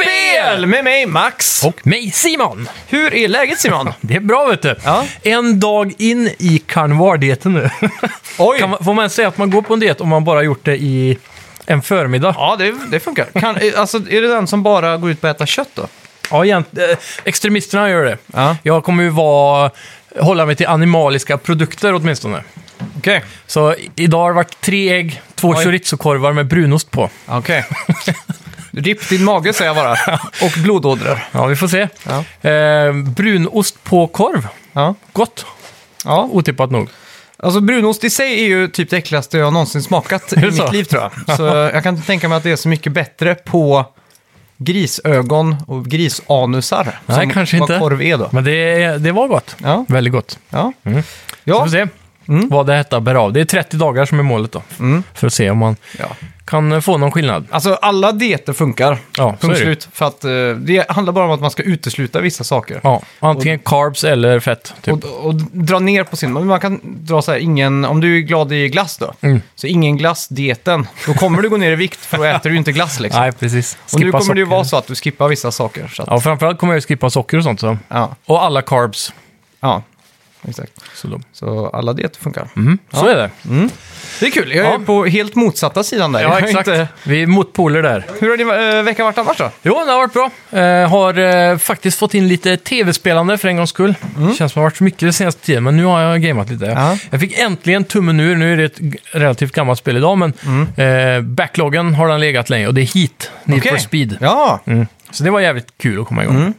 ikväll med mig Max. Och mig, Simon! Hur är läget Simon? Det är bra, vet du. Ja. En dag in i karnevardieten nu. Oj! Kan man, får man säga att man går på en diet om man bara gjort det i en förmiddag? Ja, det, det funkar. Kan, eh, alltså, är det den som bara går ut på att äta kött då? Ja, egent, eh, extremisterna gör det. Ja. Jag kommer ju vara, hålla mig till animaliska produkter åtminstone. Okej. Så i- idag har det varit tre ägg, två Oj. chorizo-korvar med brunost på. Okej. Ripp din mage säger jag bara. Och blodådror. Ja, vi får se. Ja. Eh, brunost på korv. Ja. Gott, ja. otippat nog. Alltså brunost i sig är ju typ det äckligaste jag någonsin smakat i det mitt så? liv tror jag. Så jag kan inte tänka mig att det är så mycket bättre på grisögon och grisanusar. Nej, som kanske vad inte. korv är då. Men det, det var gott. Ja, Väldigt gott. ja. Så Ja, får se Mm. vad det hetta bär av. Det är 30 dagar som är målet då. För att se om man ja. kan eh, få någon skillnad. Alltså alla dieter funkar. Ja, så är Punkt det. ju. slut. För att eh, det handlar bara om att man ska utesluta vissa saker. Ja, antingen carbs eller fett. Typ. Och, och dra ner på sin... men Man kan dra så här, ingen... Om du är glad i glass då, Mm. så ingen glass-dieten. Då kommer du gå ner i vikt för då äter du ju inte glass liksom. Nej, precis. och nu kommer det ju socker. vara så att du skippar vissa saker. Så att, ja. Ja, framförallt kommer jag ju skippa socker och sånt. Så. Ja, Och alla carbs. exakt. Så, då. Så alla dieter funkar. så är det. Det är kul. Jag är Mhm. Ja. på helt motsatta sidan där. Jag Ja, har exakt. inte- Vi är motpoler där. Hur har din eh, vecka varit annars då? Jo, det har varit bra. Eh, har eh, faktiskt fått in lite tv-spelande för en gångs skull. Det känns som det har varit så mycket den senaste tiden, men nu har jag gameat lite. Mm. Ja. Jag fick äntligen tummen ur. Nu är det ett g- relativt gammalt spel idag, men Mm. eh, backloggen har den legat länge och det är Heat, Need for Okej. Speed. Ja, Mm. Så det var jävligt kul att komma igång.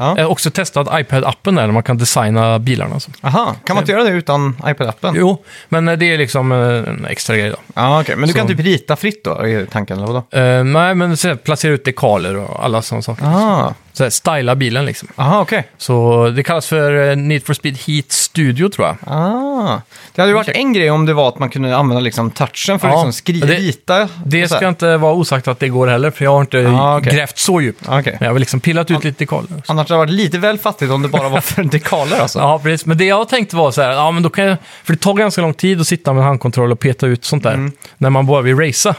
Ja. Jag har också testat iPad-appen där, där man kan designa bilarna. Så. aha. Kan man inte göra det utan iPad-appen? Jo, men eh, det är liksom eh, en extra grej då. Ja, okej. Men du Så- kan typ rita fritt då, är tanken? Eller vadå? Eh, nej, men så här, placera ut dekaler och alla sådana saker. Ah, Så här, styla bilen liksom. aha, okej. Så det kallas för eh, Need for Speed Heat Studio tror jag. Ah. Det hade ju varit Ursäkta. en grej om det var att man kunde använda liksom touchen för att Ja, liksom skri- det- rita. alltså. Det och så här. ska inte vara osagt att det går heller, för jag har inte Ah, okej. Ah. grävt så djupt. Ja, okej. Men jag har liksom pillat ut lite dekaler. Annars hade det varit lite väl fattigt om det bara var för dekaler alltså. Ja, precis. Men det jag tänkte var så här, ja, men då kan jag, för det tar ganska lång tid att sitta med handkontroll och peta ut sånt där, Mm. när man bara vill racea.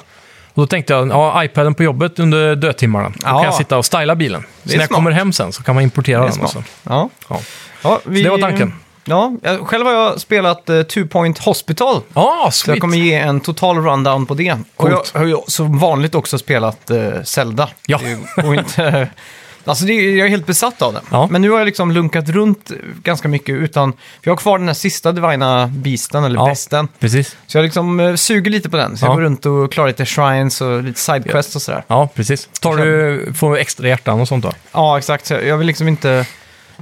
Och då tänkte jag, ja, iPaden på jobbet under dödtimmarna, då Ja. kan jag sitta och styla bilen. Så är när jag smart. kommer hem sen så kan man importera Det är den. Och så. smart. Ja. Ja. Ja, vi... det var tanken. Ja, jag- själv har jag spelat eh, Two Point Hospital. Ah, Så jag sweet. kommer ge en total rundown på det. Och jag Coolt. har ju som vanligt också spelat eh, Zelda. Ja. Det går inte... Alltså det, är- jag är helt besatt av den. Ja. Men nu har jag liksom lunkat runt ganska mycket utan... För jag har kvar den här sista Divina Beasten, eller Ja. Besten. Precis. Så jag liksom eh, suger lite på den. Så Ja. jag går runt och klarar lite shrines och lite sidequests och sådär. Ja, precis. Tar du, får du extra hjärtan och sånt då? Ja, exakt. Så Jag vill liksom inte...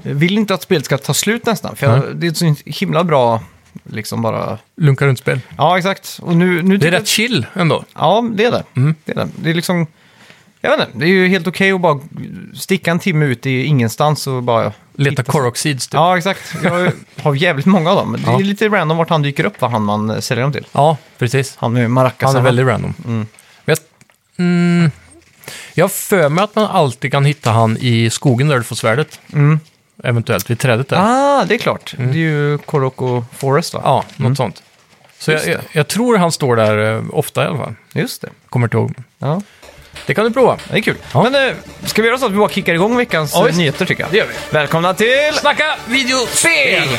Vill inte att spelet ska ta slut nästan. För jag, det är ett så himla bra... Liksom bara... Lunka runt spel. Ja, exakt. Och nu... nu Det tycker är jag- rätt chill ändå. Ja, det är det. Mm. Det är det. Det är liksom... Jag vet inte, det är ju helt okej att bara sticka en timme ut i ingenstans och bara... Leta hitta- Coroxids typ. Ja. Ja, exakt. Jag har jävligt många av dem. Men det Ja. är lite random vart han dyker upp, vad han man eh, säljer dem till. precis. Han med maracas. Han är väldigt random. Men jag, mm, jag har för mig att man alltid kan hitta han i skogen där du får svärdet. Eventuellt vid trädet där. Mm. Ah, det är klart. Det är ju Koroko Forest, va? Mm. Ja, något sånt. Så jag, Mm. Just jag, jag tror han står där eh, ofta i alla fall. Just det. Kommer inte ihåg. Ja, Det kan du prova. det är kul. Ja. Men eh, ska vi göra så att vi bara kickar igång veckans Ja, eh, visst. nyheter, tycker jag? Det gör vi. Välkomna till... Snacka videospel!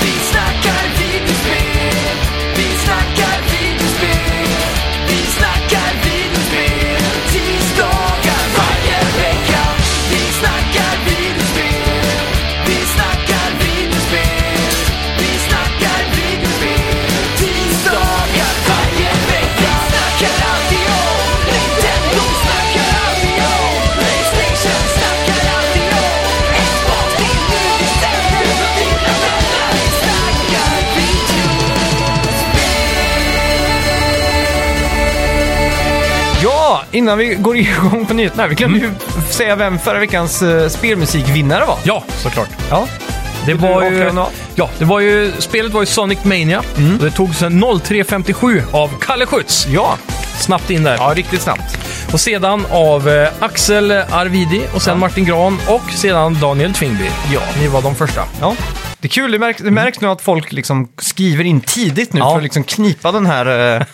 Vi snackar videospel, vi snackar videospel, vi snackar videospel, tisdagar varje vecka. Vi snackar videospel, vi snackar videospel, vi snackar videospel, tisdagar varje vecka. Snackar alltid om Nintendo, snackar alltid om Playstation, snackar alltid om Xbox, det är nu vi sätter för dina vänner. Vi snackar videospel. Ja, innan vi går igång på nyheterna. Vi glömde Mm. ju säga vem förra veckans eh, spelmusikvinnare var. Ja, såklart. Ja. Det Vill du var ju, avslöja något? Mm. ja, det var ju, spelet var ju Sonic Mania. Och det togs en 03.57 av Kalle Schütz. Ja, Snabbt in där. ja riktigt snabbt. Och sedan av eh, Axel Arvidi och sen Martin Gran och sedan Daniel Tvingby. Ja, ni var de första. Ja. Det är kul, det märks, det märks nu att folk liksom skriver in tidigt nu Mm. Ja. för att liksom knipa den här eh,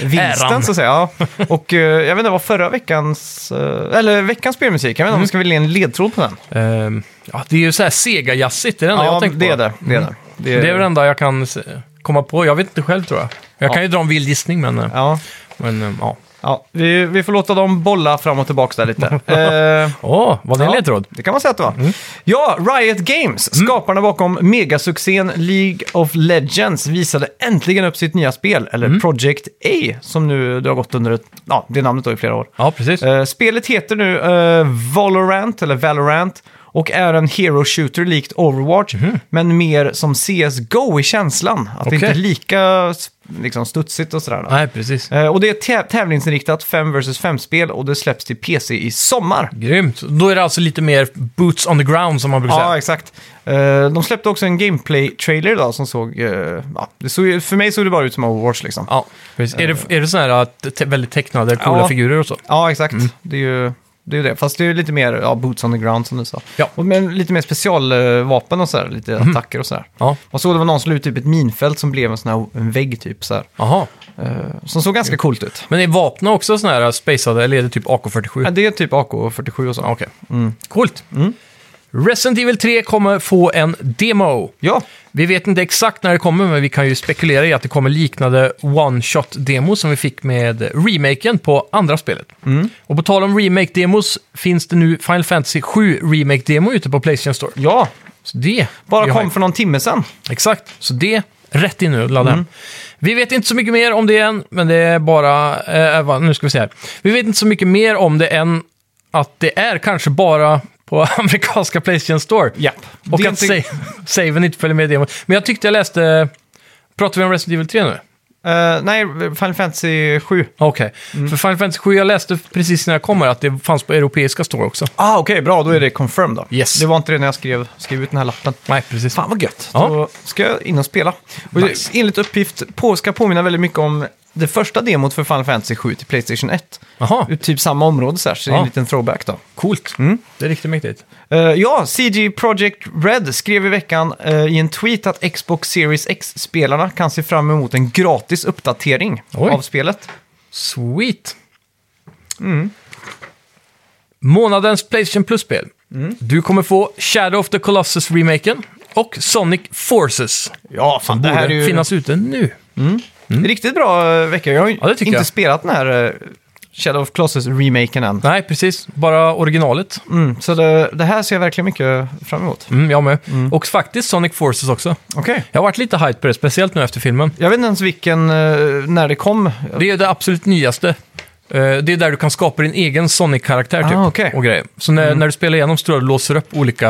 vinsten Äran. så att säga. Ja. Och eh, jag vet inte vad förra veckans, eh, eller veckans spelmusik, jag vet inte om vi ska vilja ge en ledtråd på den. Ehm, Mm. ja, det är ju så här Sega-jazzigt, det är det enda jag Ja, tänkt det på. är det. Det är det. Det Det är väl det enda jag kan se- komma på. Jag vet inte själv tror jag. Jag kan ju dra en vild gissning, men, eh, Ja, men eh, ja. ja. Vi, vi får låta dem bolla fram och tillbaka där lite. Eh, Åh, var det en Ja, ledtråd? Det kan man säga att det var. Mm. Ja, Riot Games, skaparna bakom megasuccén League of Legends, visade äntligen upp sitt nya spel, eller Mm. Project A, som nu det har gått under ett, ja, det namnet då i flera år. Ja, precis. Eh, spelet heter nu eh, Valorant, eller Valorant, och är en hero shooter likt Overwatch, Mhm. men mer som CSGO i känslan. Att Okej. det inte är lika liksom, studsigt och sådär. då. Nej, precis. Eh, och det är ett tä- tävlingsinriktat 5 vs 5-spel och det släpps till PC i sommar. Grymt. Då är det alltså lite mer boots on the ground som man brukar Ja, säga. exakt. Eh, de släppte också en gameplay-trailer idag som såg... eh, ja, det såg ju- för mig såg det bara ut som Overwatch liksom. Ja, precis. Är det, är det sådana här eh, te- väldigt tecknade, coola Ja. figurer och så? Ja, exakt. Mm. Det är ju det, är ju det. Fast det är ju lite mer ja, boots on the ground som du sa. Ja. Mhm. Och med lite mer specialvapen och sådär, lite attacker och sådär. Ja. Och så det var någon som la ut typ ett minfält som blev en sån här en vägg typ så här. Jaha. Eh, som såg Mm. ganska coolt ut. Men är vapnen också sådana här spacade, eller är det typ AK47? Ja, Mm. det är typ AK47 och så. Okej. Coolt. Resident Evil 3 kommer få en demo. Ja, Vi vet inte exakt när det kommer, men vi kan ju spekulera i att det kommer liknande one-shot-demo som vi fick med remaken på andra spelet. Mm. Och på tal om remake-demos finns det nu Final Fantasy 7 remake-demo ute på Playstation Store. ja. Så det är Bara kom hype. för någon timme sedan. Exakt, så det rätt in nu ladda Mm. hem. Vi vet inte så mycket mer om det än, men det är bara... Eh, vad- nu ska vi se här. Vi vet inte så mycket mer om det än att det är kanske bara på amerikanska Playstation Store. Japp. Och det är att inte- sa- saven inte följer med i demon. Men jag tyckte jag läste... Pratar vi om Resident Evil 3 nu? Eh, nej, Final Fantasy 7. Okej. Mm. För Final Fantasy 7, jag läste precis när jag kommer att det fanns på europeiska store också. Ah, okej, bra. Då är det confirmed då. Yes. Det var inte det när jag skrev, skrev ut den här lappen. Nej, precis. Fan vad gött. Ja. Då ska jag in och spela. Och Nice. Enligt uppgift på, ska påminna väldigt mycket om det första demot för Final Fantasy 7 till Playstation 1. Jaha, Ur typ samma område så här, så det är Ja. en liten throwback då. coolt. Mm. Det är riktigt mäktigt. Eh, ja, CG Project Red skrev i veckan eh, i en tweet att Xbox Series X-spelarna kan se fram emot en gratis uppdatering Oj. av spelet. Sweet. Mm. Månadens Playstation Plus-spel. Mm. Du kommer få Shadow of the Colossus-remaken och Sonic Forces. Ja, fan, det här är Borde ju finnas ute nu. riktigt bra eh, vecka. Jag har ju Ja, det tycker inte jag. spelat den här eh, Shadow of Colossus-remaken än. Nej, precis. Bara originalet. Mm, så det, det här ser jag verkligen mycket fram emot. Mm, jag med. Och faktiskt Sonic Forces också. Okej. Jag har varit lite hype på det, speciellt nu efter filmen. Jag vet inte ens vilken, eh, när det kom. Det är det absolut nyaste. Eh, Det är där du kan skapa din egen Sonic-karaktär typ. Ah, okej. Mm. och grejer. Så när, när du spelar igenom så tror jag du låser upp olika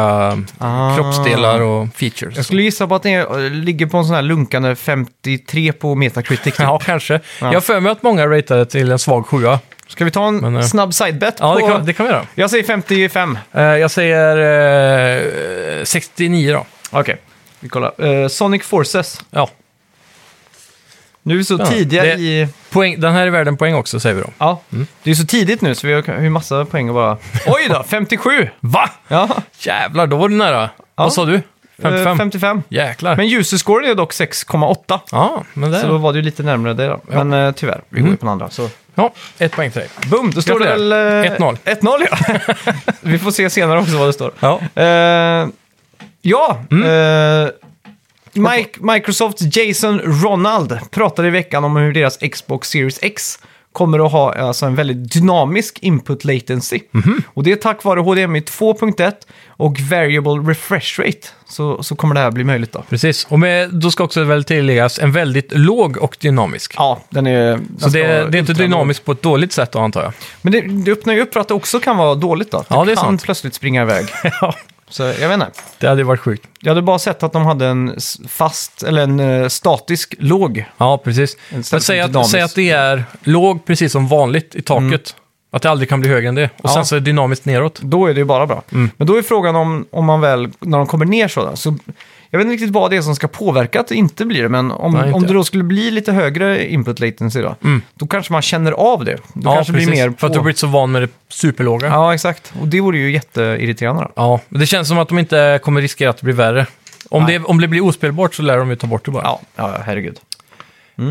Ah. kroppsdelar och features. Jag skulle gissa på att det är- ligger på en sån här lunkande 53 på Metacritic. Typ. Ja, kanske. Jag har för mig att många ratade till en svag sjua. Ska vi ta en Men, eh, snabb sidebet? Ja, det på... kan, det kan vi göra. Jag säger 55. Eh, jag säger eh, 69 då. Okej, vi kollar. Eh, Sonic Forces. Ja, Nu är vi så Ja, tidiga det- Mm. i... poäng, den här är värd en poäng också säger vi då. Ja, det är så tidigt nu så vi har ju massa poäng att bara... Oj då, 57! Va? Ja, Jävlar, då var du nära. Vad sa du? eh, 55? 55. Jäklar. Men user-scoren är dock 6,8. ja, men Så då där. Mm. var det ju lite närmare dig då. Men eh, tyvärr, vi går ju på den andra. Så. Ja, ett poäng till dig. Boom, då står det väl... Gratulerar. eh, 1-0. 1-0 ja. vi får se senare också vad det står. Ja. Eh, ja, eh, Mike, Microsofts Jason Ronald pratade i veckan om hur deras Xbox Series X kommer att ha alltså, en väldigt dynamisk input latency. Och det är tack vare HDMI 2.1 och variable refresh rate så, så kommer det här bli möjligt då. Precis, och med, då ska också väl tilläggas en väldigt låg och dynamisk. Ja, den är... den Så ska det, det är inte ultra- dynamiskt på ett dåligt sätt då, antar jag. Men det, det öppnar ju upp för att det också kan vara dåligt då. Att Ja, det är kan sant. plötsligt springa iväg. Ja. Så jag vet inte. Det hade ju varit sjukt. Jag hade bara sett att de hade en s- fast, eller en eh, statisk låg. Ja, precis. Men för säg, att, dynamiskt. säg att det är låg precis som vanligt i taket. Att det aldrig kan bli högre än det. Och Mm. Ja. sen så är det dynamiskt neråt. Då är det ju bara bra. Mm. Men då är frågan om, om man väl, när de kommer ner sådär, så jag vet inte riktigt vad det är som ska påverka att det inte blir det, men om, Nej, inte om det jag. då skulle bli lite högre input latency då, då kanske man känner av det. Då kanske precis. blir mer För att du har blivit så van med det superlåga. Ja. Ja, exakt. Och det vore ju jätteirriterande då. men det känns som att de inte kommer riskera att det blir värre. Om, Nej. det, om det blir ospelbart så lär de ju ta bort det bara. Mm. Ja, ja herregud.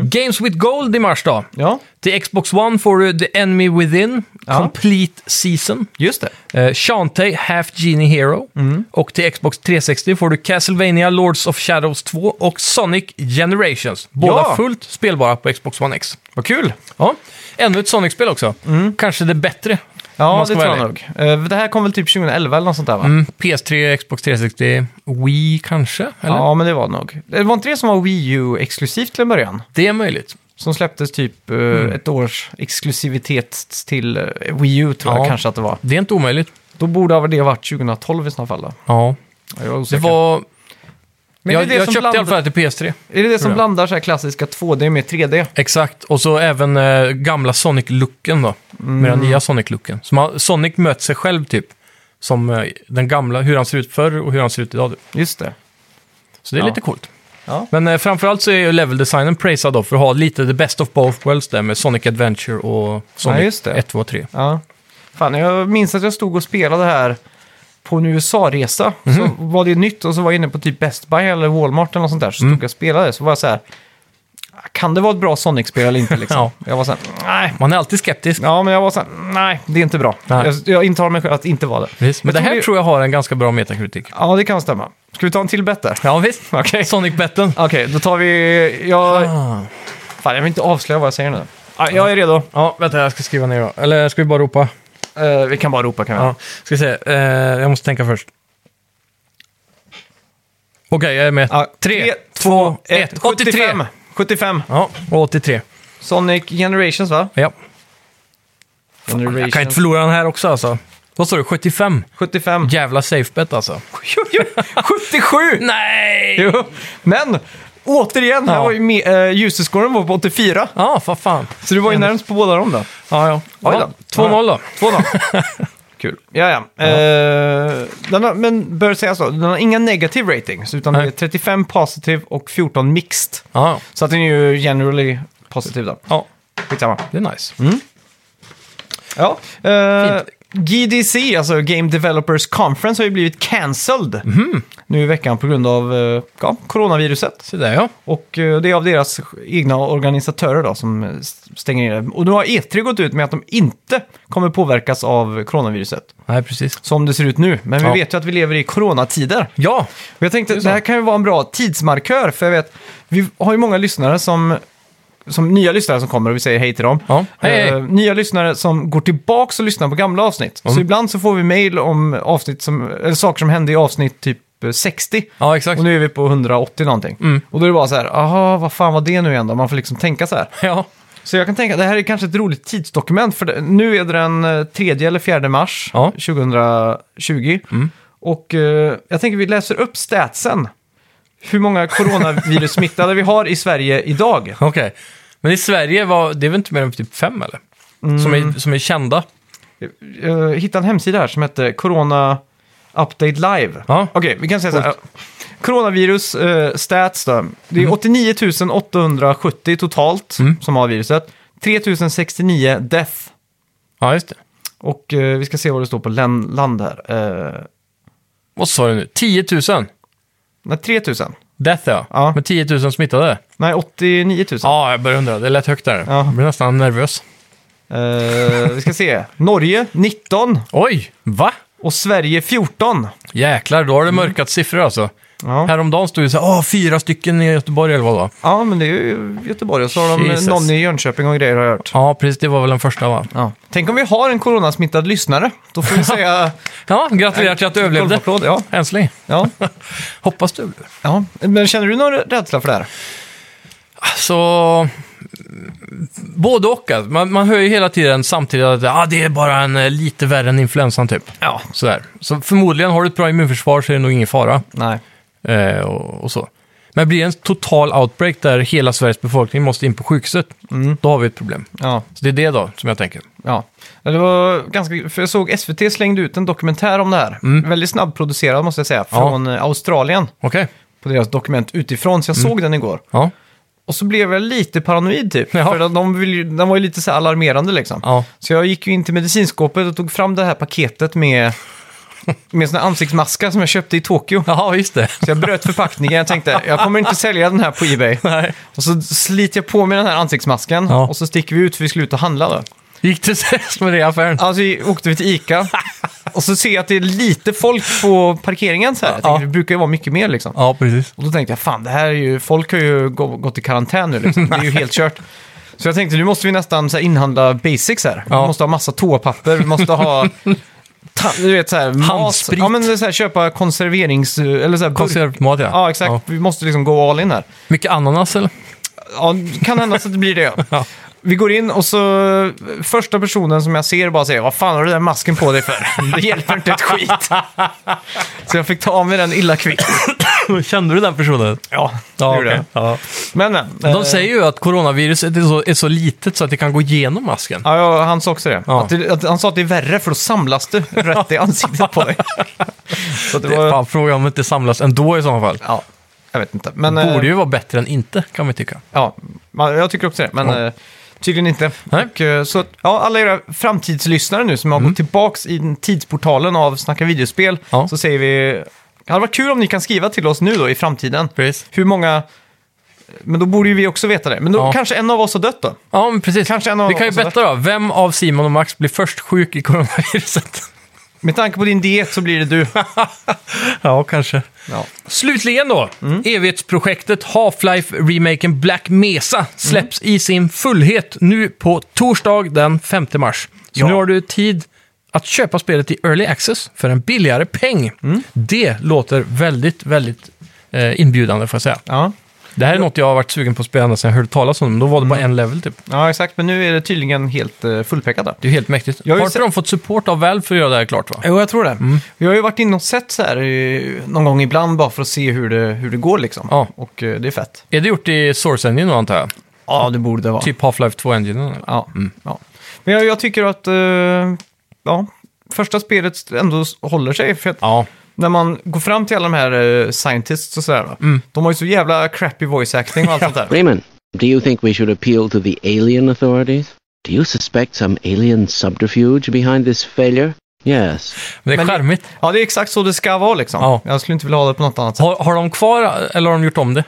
Games with Gold i mars då. Ja, Till Xbox One får du The Enemy Within, Ja. Complete Season, just det. eh, Shantae, Half Genie Hero. Mm. Och till Xbox 360 får du Castlevania Lords of Shadows 2 och Sonic Generations. Båda Ja. fullt spelbara på Xbox One X. Vad kul! Ja, ännu ett Sonic-spel också. Mm. Kanske det bättre. om Ja, man ska det tror vara jag ärlig. nog. Eh, Det här kom väl typ 2011 eller något sånt där va? Mm, PS3, Xbox 360, Wii kanske? Eller? Ja, men det var det nog. Det var inte det som var Wii U-exklusivt till en början? Det är möjligt. Som släpptes typ eh, Mm. ett års exklusivitet till eh, Wii U tror jag Ja. kanske att det var. Det är inte omöjligt. Då borde det ha varit 2012 i sådana fall då. Ja. Jag är Det osäker. var... Men jag det är det jag som köpte i alla blandar- fall det till PS3. Är det det som jag. blandar så här klassiska 2D med 3D? Exakt, och så även eh, gamla Sonic-looken då. Med den Mm. nya Sonic-looken. Så man, Sonic möter sig själv typ. Som eh, den gamla, hur han ser ut förr och hur han ser ut idag. Typ. Just det. Så det är Ja. lite coolt. Ja. Men eh, framförallt så är ju leveldesignen praisad då för att ha lite the best of both worlds där med Sonic Adventure och Ja, Sonic just det. 1, 2 och 3. Ja. Fan, jag minns att jag stod och spelade här på en USA-resa. Mhm. Så var det nytt och så var jag inne på typ Best Buy eller Walmart eller något sånt där. Så stod Mm. jag och spelade. Så var jag så här, kan det vara ett bra Sonic-spel eller inte? Liksom? Ja. Jag var så här, nej. Man är alltid skeptisk. Ja, men jag var så här, nej, det är inte bra. Nej. Jag, jag intalar mig själv att inte vara det. Precis. Men Jag det här vi- tror jag har en ganska bra metakritik. Ja, det kan stämma. Ska vi ta en till bett där? Ja, visst. Okej. Sonic-betten. Okej, då tar vi... Jag... Ah. Fan, jag vill inte avslöja vad jag säger nu. Ja, jag är redo. Ja, vänta, jag ska skriva ner då. Eller ska vi bara ropa? Eh, vi kan bara ropa kan vi? Ja, ska vi se. Eh, jag måste tänka först. Okej, jag är med. Ja, Tre, tre, två, ett. 75. 83! 75. Ja, och 83. Sonic Generations va? Ja. Generations. Jag kan inte förlora den här också alltså. Vad står det? 75? 75. Jävla safebet alltså. 77! Nej! Jo. Men återigen, här Ja. var ju med, eh, user-scoren var på 84. Ja, för fan. Så du var ju närmst på båda dem då. Ja, ja. Oj då. ja 2-0 då. 2-0. Kul. Ja, ja. Eh, den har, men bör sägas då, den har inga negative ratings, utan Nej. det är 35 positive och 14 mixed. Ja, Så att den är ju generally positiv då. ja. Skitsamma. Det är nice. Mm. Ja. eh, GDC, alltså Game Developers Conference, har ju blivit cancelled Mhm. nu i veckan på grund av eh, ja, coronaviruset. Så där ja. Och eh, det är av deras egna organisatörer då som eh, st- stänger ner det. Och nu har E3 gått ut med att de inte kommer påverkas av coronaviruset, Nej, precis. som det ser ut nu. Men vi Ja. vet ju att vi lever i coronatider. Ja, Och jag tänkte, det, här kan ju vara en bra tidsmarkör, för jag vet, vi har ju många lyssnare som, som nya lyssnare som kommer och vi säger hej till dem. Ja, hej, Eh, hej. Mm. nya lyssnare som går tillbaka och lyssnar på gamla avsnitt. Så ibland så får vi mail om avsnitt som, eller saker som hände i avsnitt typ eh, 60. ja exakt. Och nu är vi på 180 någonting. Och då är det bara så här, aha, vad fan var det nu igen då? Man får liksom tänka så här. Ja, Så jag kan tänka, det här är kanske ett roligt tidsdokument för det, nu är det den eh, 3 eller 4 mars Ja. 2020. Och eh, jag tänker vi läser upp statsen. Hur många coronavirussmittade vi har i Sverige idag. okej. Men i Sverige var det är väl inte mer än typ fem eller? Mm. Som, är, som är kända. Eh, hittade en hemsida här som heter Corona Update Live. Ja. Okej, vi kan säga så här. Coronavirus eh, stats då. Det Mm. är 89 870 totalt som har viruset. 3069 death. Ja, just det. Och eh, vi ska se vad det står på län- land här. Eh, Vad sa du nu? 10 000? nej, 3000. Death ja. Ja. Med 10 000 smittade? Nej, 89 000. Ja, jag börjar undra. Det lät högt där. Ja. Jag blir nästan nervös. Eh, vi ska se. Norge 19 Oj! Va? och Sverige 14. Jäklar, då har det mörkat siffror alltså. Mm. Ja, Häromdagen stod det så här, "Åh, fyra stycken i Göteborg eller vad det var. ja men det är ju Göteborg och så har de Jesus. någon i Jönköping och grejer har jag hört. Ja, precis. Det var väl den första va? Ja. Tänk om vi har en coronasmittad lyssnare. Då får vi säga Ja, gratulerar till att du överlevde. golvapplåd. Ja. Än så länge. Ja. Hoppas du överlever. ja. Men känner du någon rädsla för det här? Så... mm, Både och. alltså. Man, man hör ju hela tiden samtidigt att ah, det är bara en eh, lite värre än influensan typ. Ja. Sådär. Så förmodligen har du ett bra immunförsvar så är det nog ingen fara. Nej. Eh, och, och så. Men blir det en total outbreak där hela Sveriges befolkning måste in på sjukhuset, då har vi ett problem. Ja. Så det är det då som jag tänker. ja. Det var ganska... För jag såg SVT slängde ut en dokumentär om det här. Mm. Väldigt snabbproducerad måste jag säga. Från eh, Australien. Okej. På deras dokument utifrån. Så jag Mm. såg den igår. Ja. Och så blev jag lite paranoid typ. Ja. För de- de vill ju, den var ju lite så här alarmerande liksom. Ja. Så jag gick ju in till medicinskåpet och tog fram det här paketet med med såna ansiktsmaskar som jag köpte i Tokyo. Jaha, just det. Så jag bröt förpackningen. Jag tänkte, jag kommer inte sälja den här på Ebay. Nej. Och så sliter jag på mig den här ansiktsmasken Ja. och så sticker vi ut för vi skulle ut och handla. Då. Gick det seriöst med det i affären? Alltså vi åkte vi till Ica och så ser jag att det är lite folk på parkeringen. Så här. Jag tänkte, Ja. Det brukar ju vara mycket mer liksom. Ja, precis. Och då tänkte jag, fan det här är ju, folk har ju gå- gått i karantän nu liksom. Det är ju helt kört. Så jag tänkte, nu måste vi nästan så här, inhandla basics här. Ja. Vi måste ha massa toapapper, vi måste ha... ta- Du vet så här, mat. Handsprit. Ja, men det är så här, köpa konserverings... Eller så här, burk- Konservmat, ja. Ja, exakt. Vi måste liksom gå all in här. Mycket ananas, eller? Ja, det kan hända så att det blir det. Ja. Vi går in och så första personen som jag ser bara säger Vad fan har du den masken på dig för? Det hjälper inte ett skit. Så jag fick ta av mig den illa kvickt. Kände du den personen? Ja, Ja, det gjorde okej. jag. Men, men. eh, De säger ju att coronaviruset är så, är så litet så att det kan gå igenom masken. Ja, ja, han sa också det. Ja. Att det att han sa att det är värre för då samlas du rätt i ansiktet på dig. Så att det Det är var... fan frågan om det inte samlas ändå i sådana fall. Ja, jag vet inte. Men, eh, Borde ju vara bättre än inte, kan man tycka. Ja, man- jag tycker också det. Men Ja. eh, tydligen inte. Nej. Mm. Och, eh, så att, ja, alla era framtidslyssnare nu som har gått tillbaks i den tidsportalen av Snacka videospel Ja. så säger vi... Det hade varit kul om ni kan skriva till oss nu då i framtiden. Precis. Hur många... Men då borde ju vi också veta det. Men då Ja. kanske en av oss har dött då. Ja, men precis. Kanske en av Vi kan ju oss har betta då. Vem av Simon och Max blir först sjuk i coronaviruset? Med tanke på din diet så blir det du. ja, kanske. Ja. Mm. Slutligen då, evighetsprojektet Half-Life-remaken Black Mesa släpps Mm. i sin fullhet nu på torsdag den 5 mars. Så Ja. nu har du tid att köpa spelet i Early Access för en billigare peng. Mm. Det låter väldigt, väldigt eh, inbjudande får jag säga. Ja. Mm. Det här är något jag har varit sugen på att spela ända sedan jag hörde talas om det. Då var det bara en level typ. ja, exakt. Men nu är det tydligen helt uh, fullpäckat då. Det är ju helt mäktigt. Jag har har ju inte sett- de fått support av Valve för att göra det här klart va? Jo, jag tror det. Mm. Vi har ju varit inne och sett så här eh, någon gång ibland bara för att se hur det, hur det går liksom. Ja. Och eh, det är fett. Är det gjort i Source Engine då antar jag? Ja, det borde det vara. Mm. Typ Half-Life 2-enginen? Ja. ja. Men jag, jag tycker att eh, ja, första spelet ändå s- håller sig. För att Ja. När man går fram till alla de här eh, scientists och sådär, va? de har ju så jävla crappy voice acting och allt sånt där. Raymond, do you think we should appeal to the alien authorities? Do you suspect some alien subterfuge behind this failure? Yes. Men det är Men- charmigt. Ja, det är exakt så det ska vara liksom. Ja. Jag skulle inte vilja ha det på något annat sätt. Har, har de kvar, eller har de gjort om det?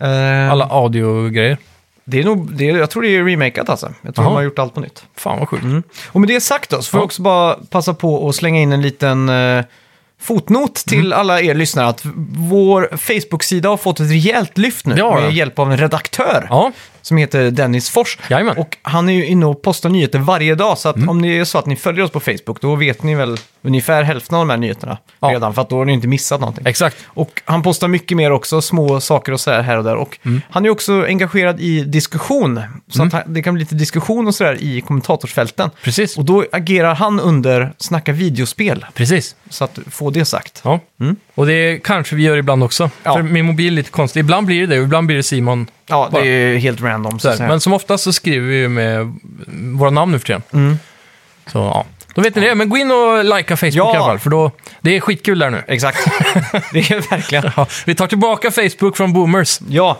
Eh, Alla audiogrejer. Det är nog, det är, jag tror det är remakat alltså. Jag tror Jaha. de har gjort allt på nytt. Fan vad sjukt. Och med det sagt då, så får Ja. jag också bara passa på att slänga in en liten eh, fotnot till Mm. alla er lyssnare. Att vår Facebook-sida har fått ett rejält lyft nu Ja, ja. med hjälp av en redaktör Ja, som heter Dennis Fors. Jajamän. Mm. Och han är ju inne och postar nyheter varje dag, så att om det är så att ni följer oss på Facebook, då vet ni väl ungefär hälften av de här nyheterna Ja. redan, för att då har ni inte missat någonting. exakt. Och han postar mycket mer också, små saker och så här, här och där. Och Mm. han är också engagerad i diskussion, så att han, det kan bli lite diskussion och så där i kommentatorsfälten. Precis. Och då agerar han under Snacka videospel, Precis. så att få det sagt. Ja. Och det kanske vi gör ibland också. Ja. För min mobil är lite konstig. Ibland blir det det och ibland blir det Simon. Ja, Bara. det är helt random. Så Så att här. säga. Men som oftast så skriver vi ju med våra namn nu för tiden. Så ja, då vet ni det. Men gå in och likea Facebook Ja. i alla fall. För då, det är skitkul där nu. Exakt, det är verkligen. Ja, vi tar tillbaka Facebook från boomers. Ja.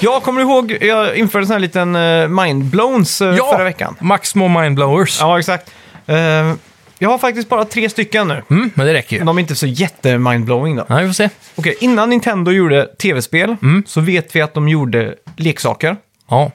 Jag kommer du ihåg, jag införde en sån här liten eh, mindblowns eh, förra veckan. Max små mindblowers. Ja, exakt. Eh, jag har faktiskt bara tre stycken nu. Mm, men det räcker ju. De är inte så jättemindblowing då. Nej, vi får se. Okej, innan Nintendo gjorde tv-spel så vet vi att de gjorde leksaker. Ja.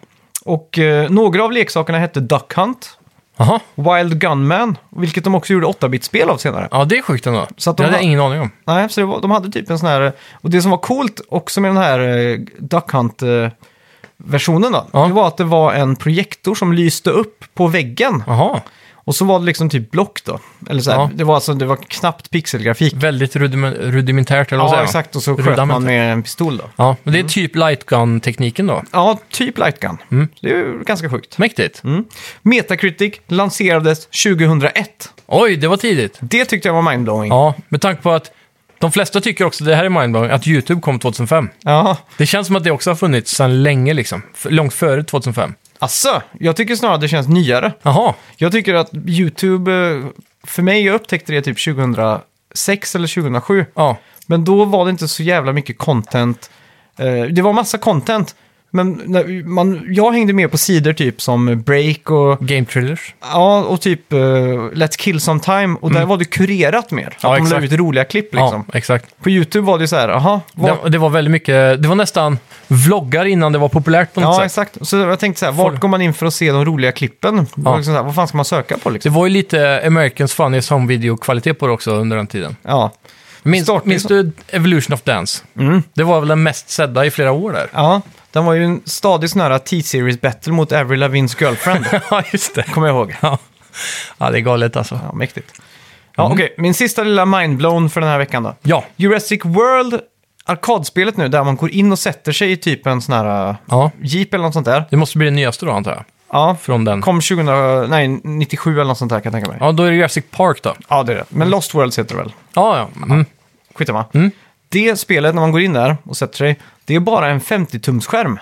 Och eh, några av leksakerna hette Duck Hunt, Jaha. Wild Gunman, vilket de också gjorde 8-bit-spel av senare. Ja, det är sjukt ändå. Så att det de hade har- jag ingen aning om. Nej, så det var, de hade typ en sån här... Och det som var coolt också med den här eh, Duck Hunt-versionen då, Ja. det var att det var en projektor som lyste upp på väggen. Jaha. Och så var det liksom typ block då. Eller så här, Ja. det, var alltså, det var knappt pixelgrafik. Väldigt rudimen- rudimentärt, eller vad säger Ja, man? exakt. Och så Rudan sköt man Mm. inte. med en pistol då. Ja, men det är typ lightgun-tekniken då. Ja, typ lightgun. Mm. Det är ju ganska sjukt. Mäktigt. Mm. Metacritic lanserades 2001. Oj, det var tidigt. Det tyckte jag var mindblowing. Ja, med tanke på att de flesta tycker också, det här är mindblowing, att YouTube kom 2005. Ja. Det känns som att det också har funnits sedan länge liksom. F- Långt före 2005. Alltså, jag tycker snarare det känns nyare. Jaha, Jag tycker att YouTube, eh, för mig, jag upptäckte det typ 2006 eller 2007. ja. Men då var det inte så jävla mycket content. Eh, Det var massa content, Men när, man, jag hängde med på sidor typ som Break och, Game thrillers. ja, och typ eh, Let's Kill Some Time. Och där var det kurerat mer. Mm. Ja, att de la exakt. ut roliga klipp liksom. Ja, exakt. På YouTube var det ju så här, aha, vad, Det, det var väldigt mycket, det var nästan vloggar innan det var populärt på något Ja, sätt. exakt. Så jag tänkte så här, vart Folk- går man in för att se de roliga klippen? Och Liksom så här, vad fan ska man söka på Det liksom? var ju lite Americans Funniest Home Video-kvalitet på det också under den tiden. Ja. Minns, Startade- minns du Evolution of Dance? Det var väl den mest sedda i flera år där. ja, den var ju en stadig sån här T-series battle mot Avril Lavignes girlfriend, Ja, just det. kommer jag ihåg. Ja. ja, det är galet alltså. Ja, mäktigt. Ja, okej. Min sista lilla mindblown för den här veckan då. Ja, Jurassic World, arkadspelet nu, där man går in och sätter sig i typ en sån här äh, ja. jeep eller något sånt där. det måste bli det nyaste då antar jag. Ja, Från den. kom 2000, nej, 97 eller något sånt där kan jag tänka mig. Ja, då är det Jurassic Park då. Ja, det är det. Men Lost Worlds heter det väl? Ja, ja. Mm. Skitsamma. Det spelet, när man går in där och sätter sig, det är bara en 50-tumsskärm.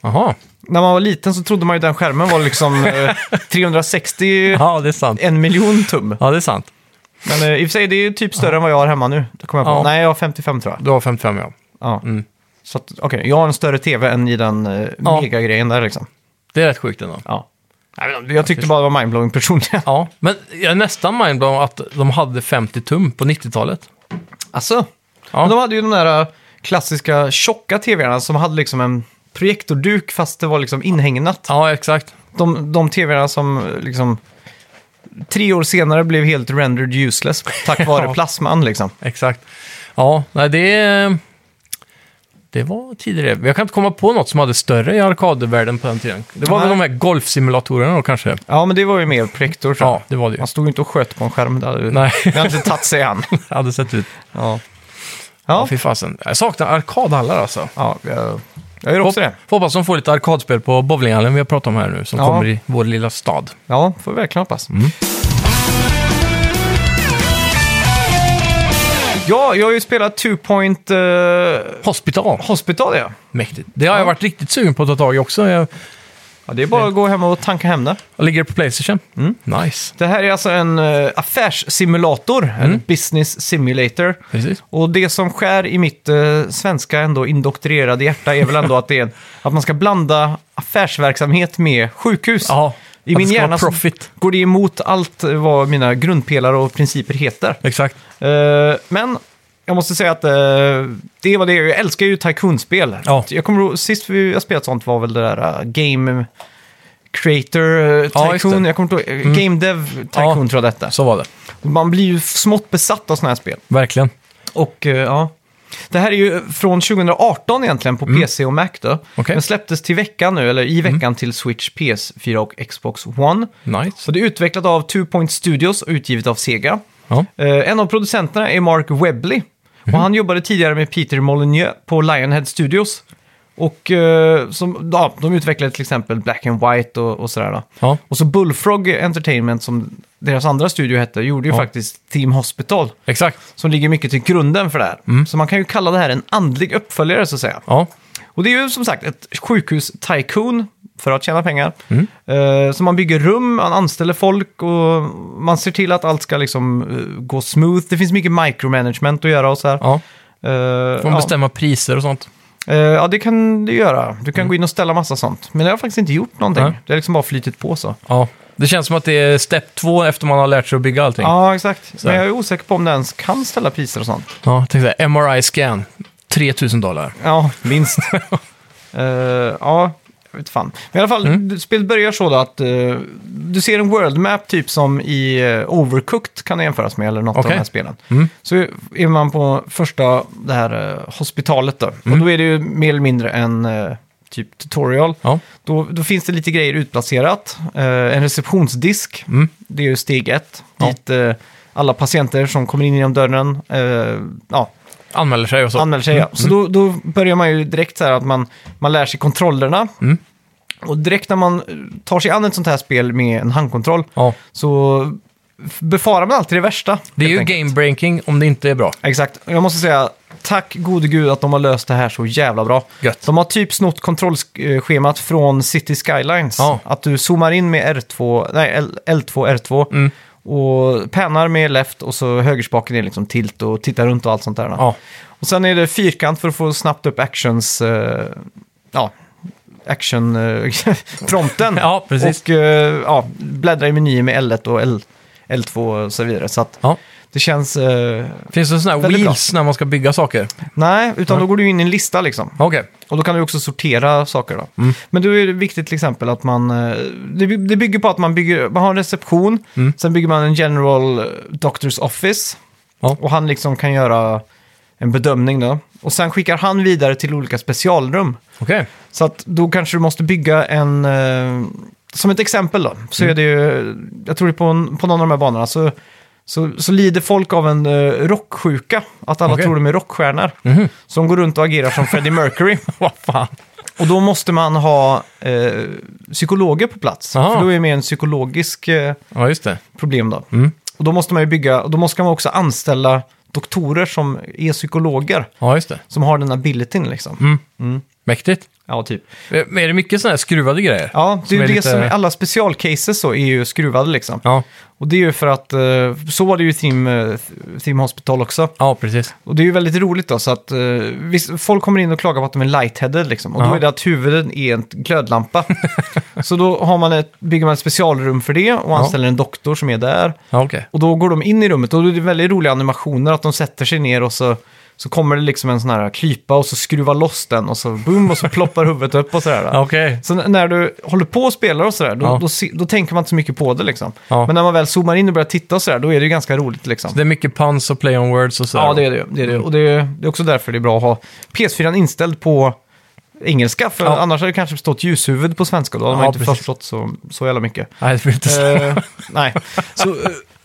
Aha. När man var liten så trodde man ju den skärmen var liksom eh, 360, Ja, det är sant. en miljon tum. Ja, det är sant. Men eh, i och för sig, det är ju typ större än vad jag har hemma nu. Det kommer jag på. Ja. Nej, jag har 55 tror jag. Du har 55 ja. Ja. Så att, okej, jag har en större tv än i den eh, Ja. megagrejen där liksom. Det är rätt sjukt ändå. Ja. Jag, vet, jag tyckte bara det var mindblowing personligen. Ja, men jag är nästan mindblown att de hade 50 tum på 90-talet. Alltså, Ja. men de hade ju de där eh, klassiska tjocka tvarna som hade liksom en projektorduk fast det var liksom inhägnat. Ja, exakt. De, de tvarna som eh, liksom tre år senare blev helt rendered useless tack vare Ja. plasman liksom. Exakt. Ja, nej det... Det var tidigare. Jag kan inte komma på något som hade större i arkadvärlden på den tiden. Det var väl Nej. de här golfsimulatorerna då kanske? Ja, men det var ju mer projektor tror jag. Alltså. Ja, det var det ju. Man stod ju inte och sköt på en skärm. Det hade, ju- Nej. det hade inte tagit sig an. Det hade sett ut. Ja. Ja, Ja, fy fasen. Jag saknar arkadhallar alltså. ja jag, jag gör Hopp, också det. hoppas de får lite arkadspel på bowlinghallen vi har pratat om här nu, som Ja. kommer i vår lilla stad. Ja, får vi verkligen hoppas. Ja, jag har ju spelat Two Point eh, Hospital, Hospital, ja. mäktigt. Det har jag varit riktigt sugen på att ta tag i också. Jag, ja. Det är bara att gå hem och tanka hem det. jag ligger på Playstation. Mm. Nice. Det här är alltså en eh, affärssimulator, en business simulator. Precis. Och det som skär i mitt eh, svenska ändå indoktrerade hjärta är väl ändå att, det är en, att man ska blanda affärsverksamhet med sjukhus. Ja, I att min det ska vara hjärna så profit. går det emot allt vad mina grundpelare och principer heter. Exakt. Eh, men jag måste säga att eh, det var det jag älskar ju Tycoon-spel. Ja. Jag kommer ihåg, sist vi jag spelat sånt var väl det där eh, Game Creator eh, Ja, just Tycoon, det. Mm. jag kommer inte ihåg, eh, Game Dev Tycoon Ja. tror jag detta. Så var det. Man blir ju smått besatt av såna här spel. Verkligen. Och eh, ja, det här är ju från 2018 egentligen på PC och Mac då. Mm. Okej. Mm. Men släpptes till veckan nu, eller i veckan till Switch, PS4 och Xbox One. Nice. Så det är utvecklat av Two Point Studios och utgivet av Sega. Ja. Eh, en av producenterna är Mark Webley. Och han jobbade tidigare med Peter Molyneux på Lionhead Studios. Och eh, som, ja, de utvecklade till exempel Black and White och, och sådär. Då. Ja. Och så Bullfrog Entertainment, som deras andra studio hette, gjorde ju Ja. faktiskt Team Hospital. Exakt. Som ligger mycket till grunden för det här. Så man kan ju kalla det här en andlig uppföljare så att säga. Ja. Och det är ju som sagt ett sjukhus-tycoon för att tjäna pengar. Mm. Eh, så man bygger rum, man anställer folk och man ser till att allt ska liksom eh, gå smooth. Det finns mycket micromanagement att göra och så här. ja. Eh, Får man ja. bestämma priser och sånt. Eh, ja, det kan du göra. Du kan gå in och ställa massa sånt. Men jag har faktiskt inte gjort någonting. Mm. Nej. Det har liksom bara flytit på så. Ja. Det känns som att det är step två efter man har lärt sig att bygga allting. Ja, exakt. Så Men här. jag är osäker på om det ens kan ställa priser och sånt. Ja, tänk så här, MRI-scan, 3000 dollar. Ja, minst. Eh, ja, jag vet fan. Men i alla fall, Mm. det- spelet börjar så då att eh, du ser en world map typ som i eh, Overcooked kan det jämföras med, eller något av Okej. Mm. de här spelen. Så är man på första, det här eh, hospitalet då. Mm. Och då är det ju mer eller mindre en eh, typ tutorial. Ja. Då, då finns det lite grejer utplacerat. Eh, en receptionsdisk, det är ju steg ett. Mm. Ja. Dit eh, alla patienter som kommer in genom dörren, eh, ja, Anmäler sig och så. Anmäler sig, ja. Så då, då börjar man ju direkt så här att man, man lär sig kontrollerna. Mm. Och direkt när man eh, tar sig an ett sånt här spel med en handkontroll ja. så f- befarar man alltid det värsta. Det är helt ju enkelt. game-breaking om det inte är bra. Exakt. Och Jag måste säga, tack gode gud att de har löst det här så jävla bra. Gött. De har typ snott kontrollschemat från City Skylines. Ja. Att du zoomar in med R2, nej, L- L2, R2 Mm. och pennar med left och så högerspaken är liksom tilt och tittar runt och allt sånt där. Ja. Och sen är det fyrkant för att få snabbt upp actions. Eh, ja, action-prompten. Ja, precis. Och eh, ja, bläddra i menyer med L1 och L, L2 och så vidare. Så att Ja. det känns... eh, Finns det sådana här Väldigt bra. wheels när man ska bygga saker? nej, utan då går du in i en lista liksom. Okej. Och då kan du också sortera saker då. Mm. Men då är det viktigt till exempel att man... eh, Det by- det bygger på att man, bygger, man har en reception, Mm. sen bygger man en general eh, doctor's office. Ja. Och han liksom kan göra en bedömning då. Och sen skickar han vidare till olika specialrum. Okej. Så att då kanske du måste bygga en... eh, Som ett exempel då, så Mm. är det ju... Jag tror det är på, en, på någon av de här banorna så, så, så lider folk av en eh, rocksjuka. Att alla Okej. Mhm. tror de är rockstjärnor. Som går runt och agerar som Freddie Mercury. Vad fan. Och då måste man ha eh, psykologer på plats. Aha. För då är det mer en psykologisk eh, Ja, just det. problem då. Och då måste man ju bygga, och då måste man också anställa doktorer som är psykologer. Ja, just det. Som har den abilityn liksom. Mäktigt. Ja, typ. Eh, men Är det mycket sådana här skruvade grejer? Ja, det är är ju det lite- som är alla specialcases så är ju skruvade liksom. Ja, Och det är ju för att, eh, så var det ju i Theme, eh, Theme Hospital också. ja precis. Och det är ju väldigt roligt då, så att eh, visst, folk kommer in och klagar på att de är lightheaded liksom. Och då Ja. är det att huvudet är en glödlampa. så då har man ett, bygger man ett specialrum för det och anställer en doktor som är där. Ja, okej. Och då går de in i rummet och då är det väldigt roliga animationer att de sätter sig ner och så, så kommer det liksom en sån här klypa och så skruvar loss den och så boom och så ploppar huvudet upp och sådär. Ja, Okej. Så n- när du håller på och spelar och sådär, då, Ja. då, se- då tänker man inte så mycket på det liksom. Ja. Men när man väl zoomar in och börjar titta och sådär, då är det ju ganska roligt liksom. Det är mycket puns och play on words och sådär. Ja, det är det. ju. Mm. det, är det. ju. Och det är, det är också därför det är bra att ha PS4 inställd på engelska. För Ja. annars hade det kanske stått ljushuvud på svenska. Då hade man Ja, inte precis. förstått så, så jävla mycket. Nej, det blir inte så. Eh, nej. Så eh,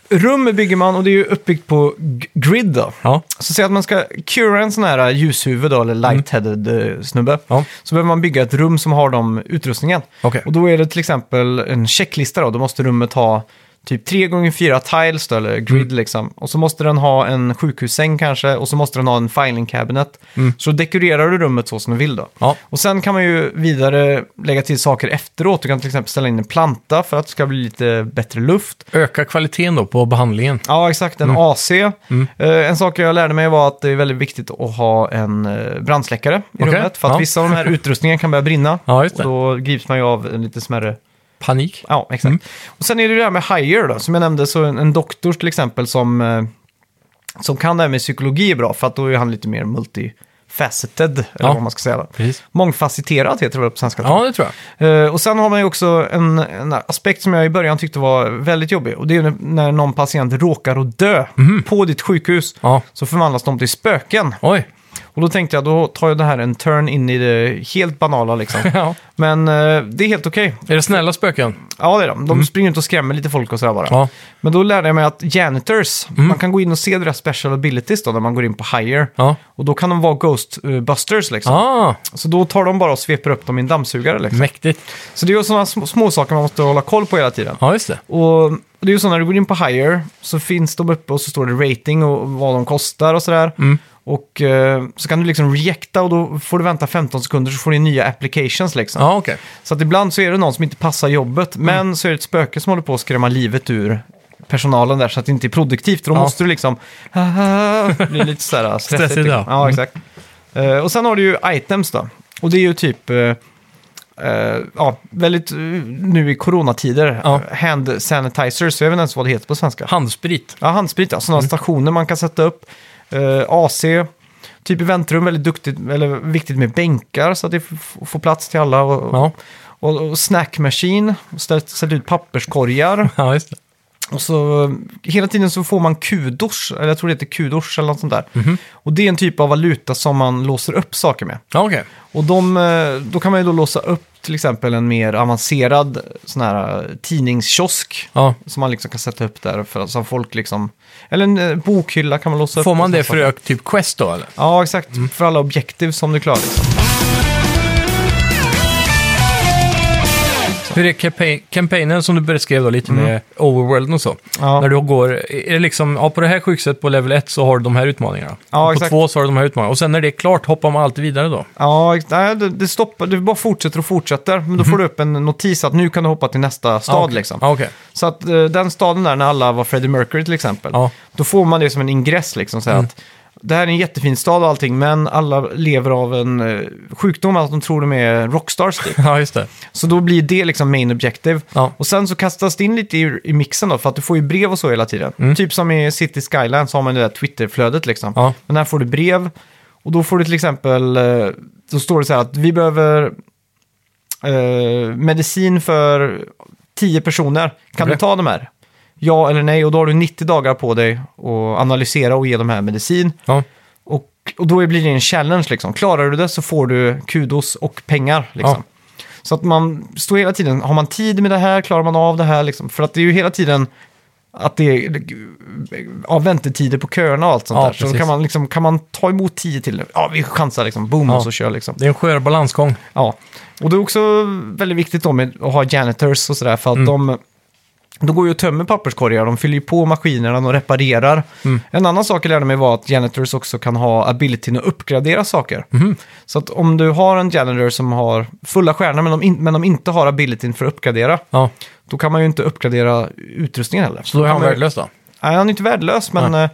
rum bygger man och det är ju uppbyggt på g- grid då. Ja, Så säg att man ska cura en sån här äh, ljushuvud då, eller light-headed eh, snubbe. Mm. Ja. Så behöver man bygga ett rum som har de utrustningen. Okej. Och då är det till exempel en checklista då. Då måste rummet ha typ 3 gånger 4 tiles då, eller grid Mm. liksom. Och så måste den ha en sjukhussäng kanske. Och så måste den ha en filing cabinet. Så dekorerar du rummet så som du vill då. Mm. Ja. Och sen kan man ju vidare lägga till saker efteråt. Du kan till exempel ställa in en planta för att det ska bli lite bättre luft. öka kvaliteten då på behandlingen. Ja, exakt. Mm. En AC. Eh, en sak jag lärde mig var att det är väldigt viktigt att ha en eh, brandsläckare i Okej, rummet. För att ja. vissa av de här utrustningen kan börja brinna. Ja, just och det. då grips man ju av en lite smärre... Panik. Ja, exakt. Mm. Och sen är det ju det här med hire då. Som jag nämnde så en, en doktor till exempel som, eh, som kan det här med psykologi är bra. För att då är han lite mer multifaceted. Eller Ja. vad man ska säga. Då. Precis. Mångfacetterad heter det väl på svenska? tror jag. Ja, det tror jag. Eh, och sen har man ju också en, en aspekt som jag i början tyckte var väldigt jobbig. Och det är ju när någon patient råkar att dö Mhm. på ditt sjukhus. Ja. Så förvandlas de till spöken. Oj. Och då tänkte jag, då tar ju det här en turn in i det helt banala liksom. Ja. Men eh, det är helt okej. Är det snälla spöken? Ja, det är de. De springer ut och skrämmer lite folk och sådär bara. Mhm. Ja. Mhm. Men då lärde jag mig att janitors, man kan gå in och se deras special abilities då när man går in på hire. Ja. Och då kan de vara ghostbusters liksom. Ah, Så då tar de bara och sveper upp dem i en dammsugare liksom. mäktigt. Så det är ju sådana små, små saker man måste hålla koll på hela tiden. Ja, just det. Och det är ju så när du går in på Hire så finns de uppe och så står det rating och vad de kostar och sådär. Och eh, så kan du liksom rejecta och då får du vänta 15 sekunder så får du in nya applications liksom. Ja, okej. Så att ibland så är det någon som inte passar jobbet Mm. men så är det ett spöke som håller på att skrämma livet ur personalen där så att det inte är produktivt. Då Ja. måste du liksom... "Haha", bli lite sådär stressigt. Stressigt, ja. ja, exakt. Eh, och sen har du ju items då. Och det är ju typ... eh, eh, ja, väldigt eh, nu i coronatider. Ja. Hand sanitizers, jag vet inte ens vad det heter på svenska. Handsprit. Ja, handsprit, ja. Mm. Sådana stationer man kan sätta upp. Eh, AC, typ i väntrum, väldigt duktigt, eller viktigt med bänkar så att det f- får plats till alla. Och, Ja. och, och snack machine, ställt, ställt ut papperskorgar. ja, just det. Och så eh, hela tiden så får man kudors, eller jag tror det heter kudors eller något sånt där. Mhm. Och det är en typ av valuta som man låser upp saker med. Ja, okej. Och de, eh, då kan man ju då låsa upp till exempel en mer avancerad sån här eh, tidningskiosk. Ja. Som man liksom kan sätta upp där för att så att folk liksom... Eller en eh, bokhylla kan man låsa upp. Får man och sånt det för Mm. där. ök typ quest då, eller? Ja, exakt. För alla objektiv som du klarar. Liksom. Hur är kampa- kampanjen som du beskrev då, lite med overworlden och så? Ja. När du går, är det liksom, ja, på det här sjukhuset på level 1 så har du de här utmaningarna. Ja, Och på exakt. två så har du de här utmaningarna. Och sen när det är klart hoppar man alltid vidare då. Ja, ex- nej, det, det stoppar. Du bara fortsätter och fortsätter. Men då får du upp en notis att nu kan du hoppa till nästa stad Mhm. Ja, okej. liksom. Ja, okej. Så att eh, den staden där när alla var Freddie Mercury till exempel, Ja. Mm. då får man det som en ingress liksom. Så här att, Det här är en jättefin stad och allting, men alla lever av en eh, sjukdom, att de tror de är rockstars typ. Ja, just det. Så då blir det liksom main objective. Ja. Och sen så kastas det in lite i, i mixen då, för att du får ju brev och så hela tiden. Mm. Typ som i City Skyline så har man det där Twitterflödet liksom. Ja. Men här får du brev och då får du till exempel, eh, då står det så här att vi behöver eh, medicin för tio personer. Kan du Okej. ta de här? Ja eller nej? Och då har du 90 dagar på dig att analysera och ge de här medicin. Ja. Och, och då blir det en challenge liksom. Klarar du det så får du kudos och pengar liksom. Så att man står hela tiden, har man tid med det här, klarar man av det här liksom? För att det är ju hela tiden att det är ja, väntetider på köerna och allt sånt Ja, där. Så då precis. kan man, liksom, kan man ta emot tio till, ja vi chansar liksom, boom Ja. och så kör liksom. Det är en skör balansgång. Ja, och det är också väldigt viktigt då med att ha janitors och sådär för Mm. att de då går ju och tömmer papperskorgar, de fyller ju på maskinerna, de reparerar. Mm. En annan sak jag lärde mig var att janitors också kan ha abilityn att uppgradera saker. Mhm. Så att om du har en janitor som har fulla stjärnor men de, in, men de inte har abilityn för att uppgradera, Ja. då kan man ju inte uppgradera utrustningen heller. Så då Då är han kan man ju- värdelös då? Nej, han är inte värdelös, men eh,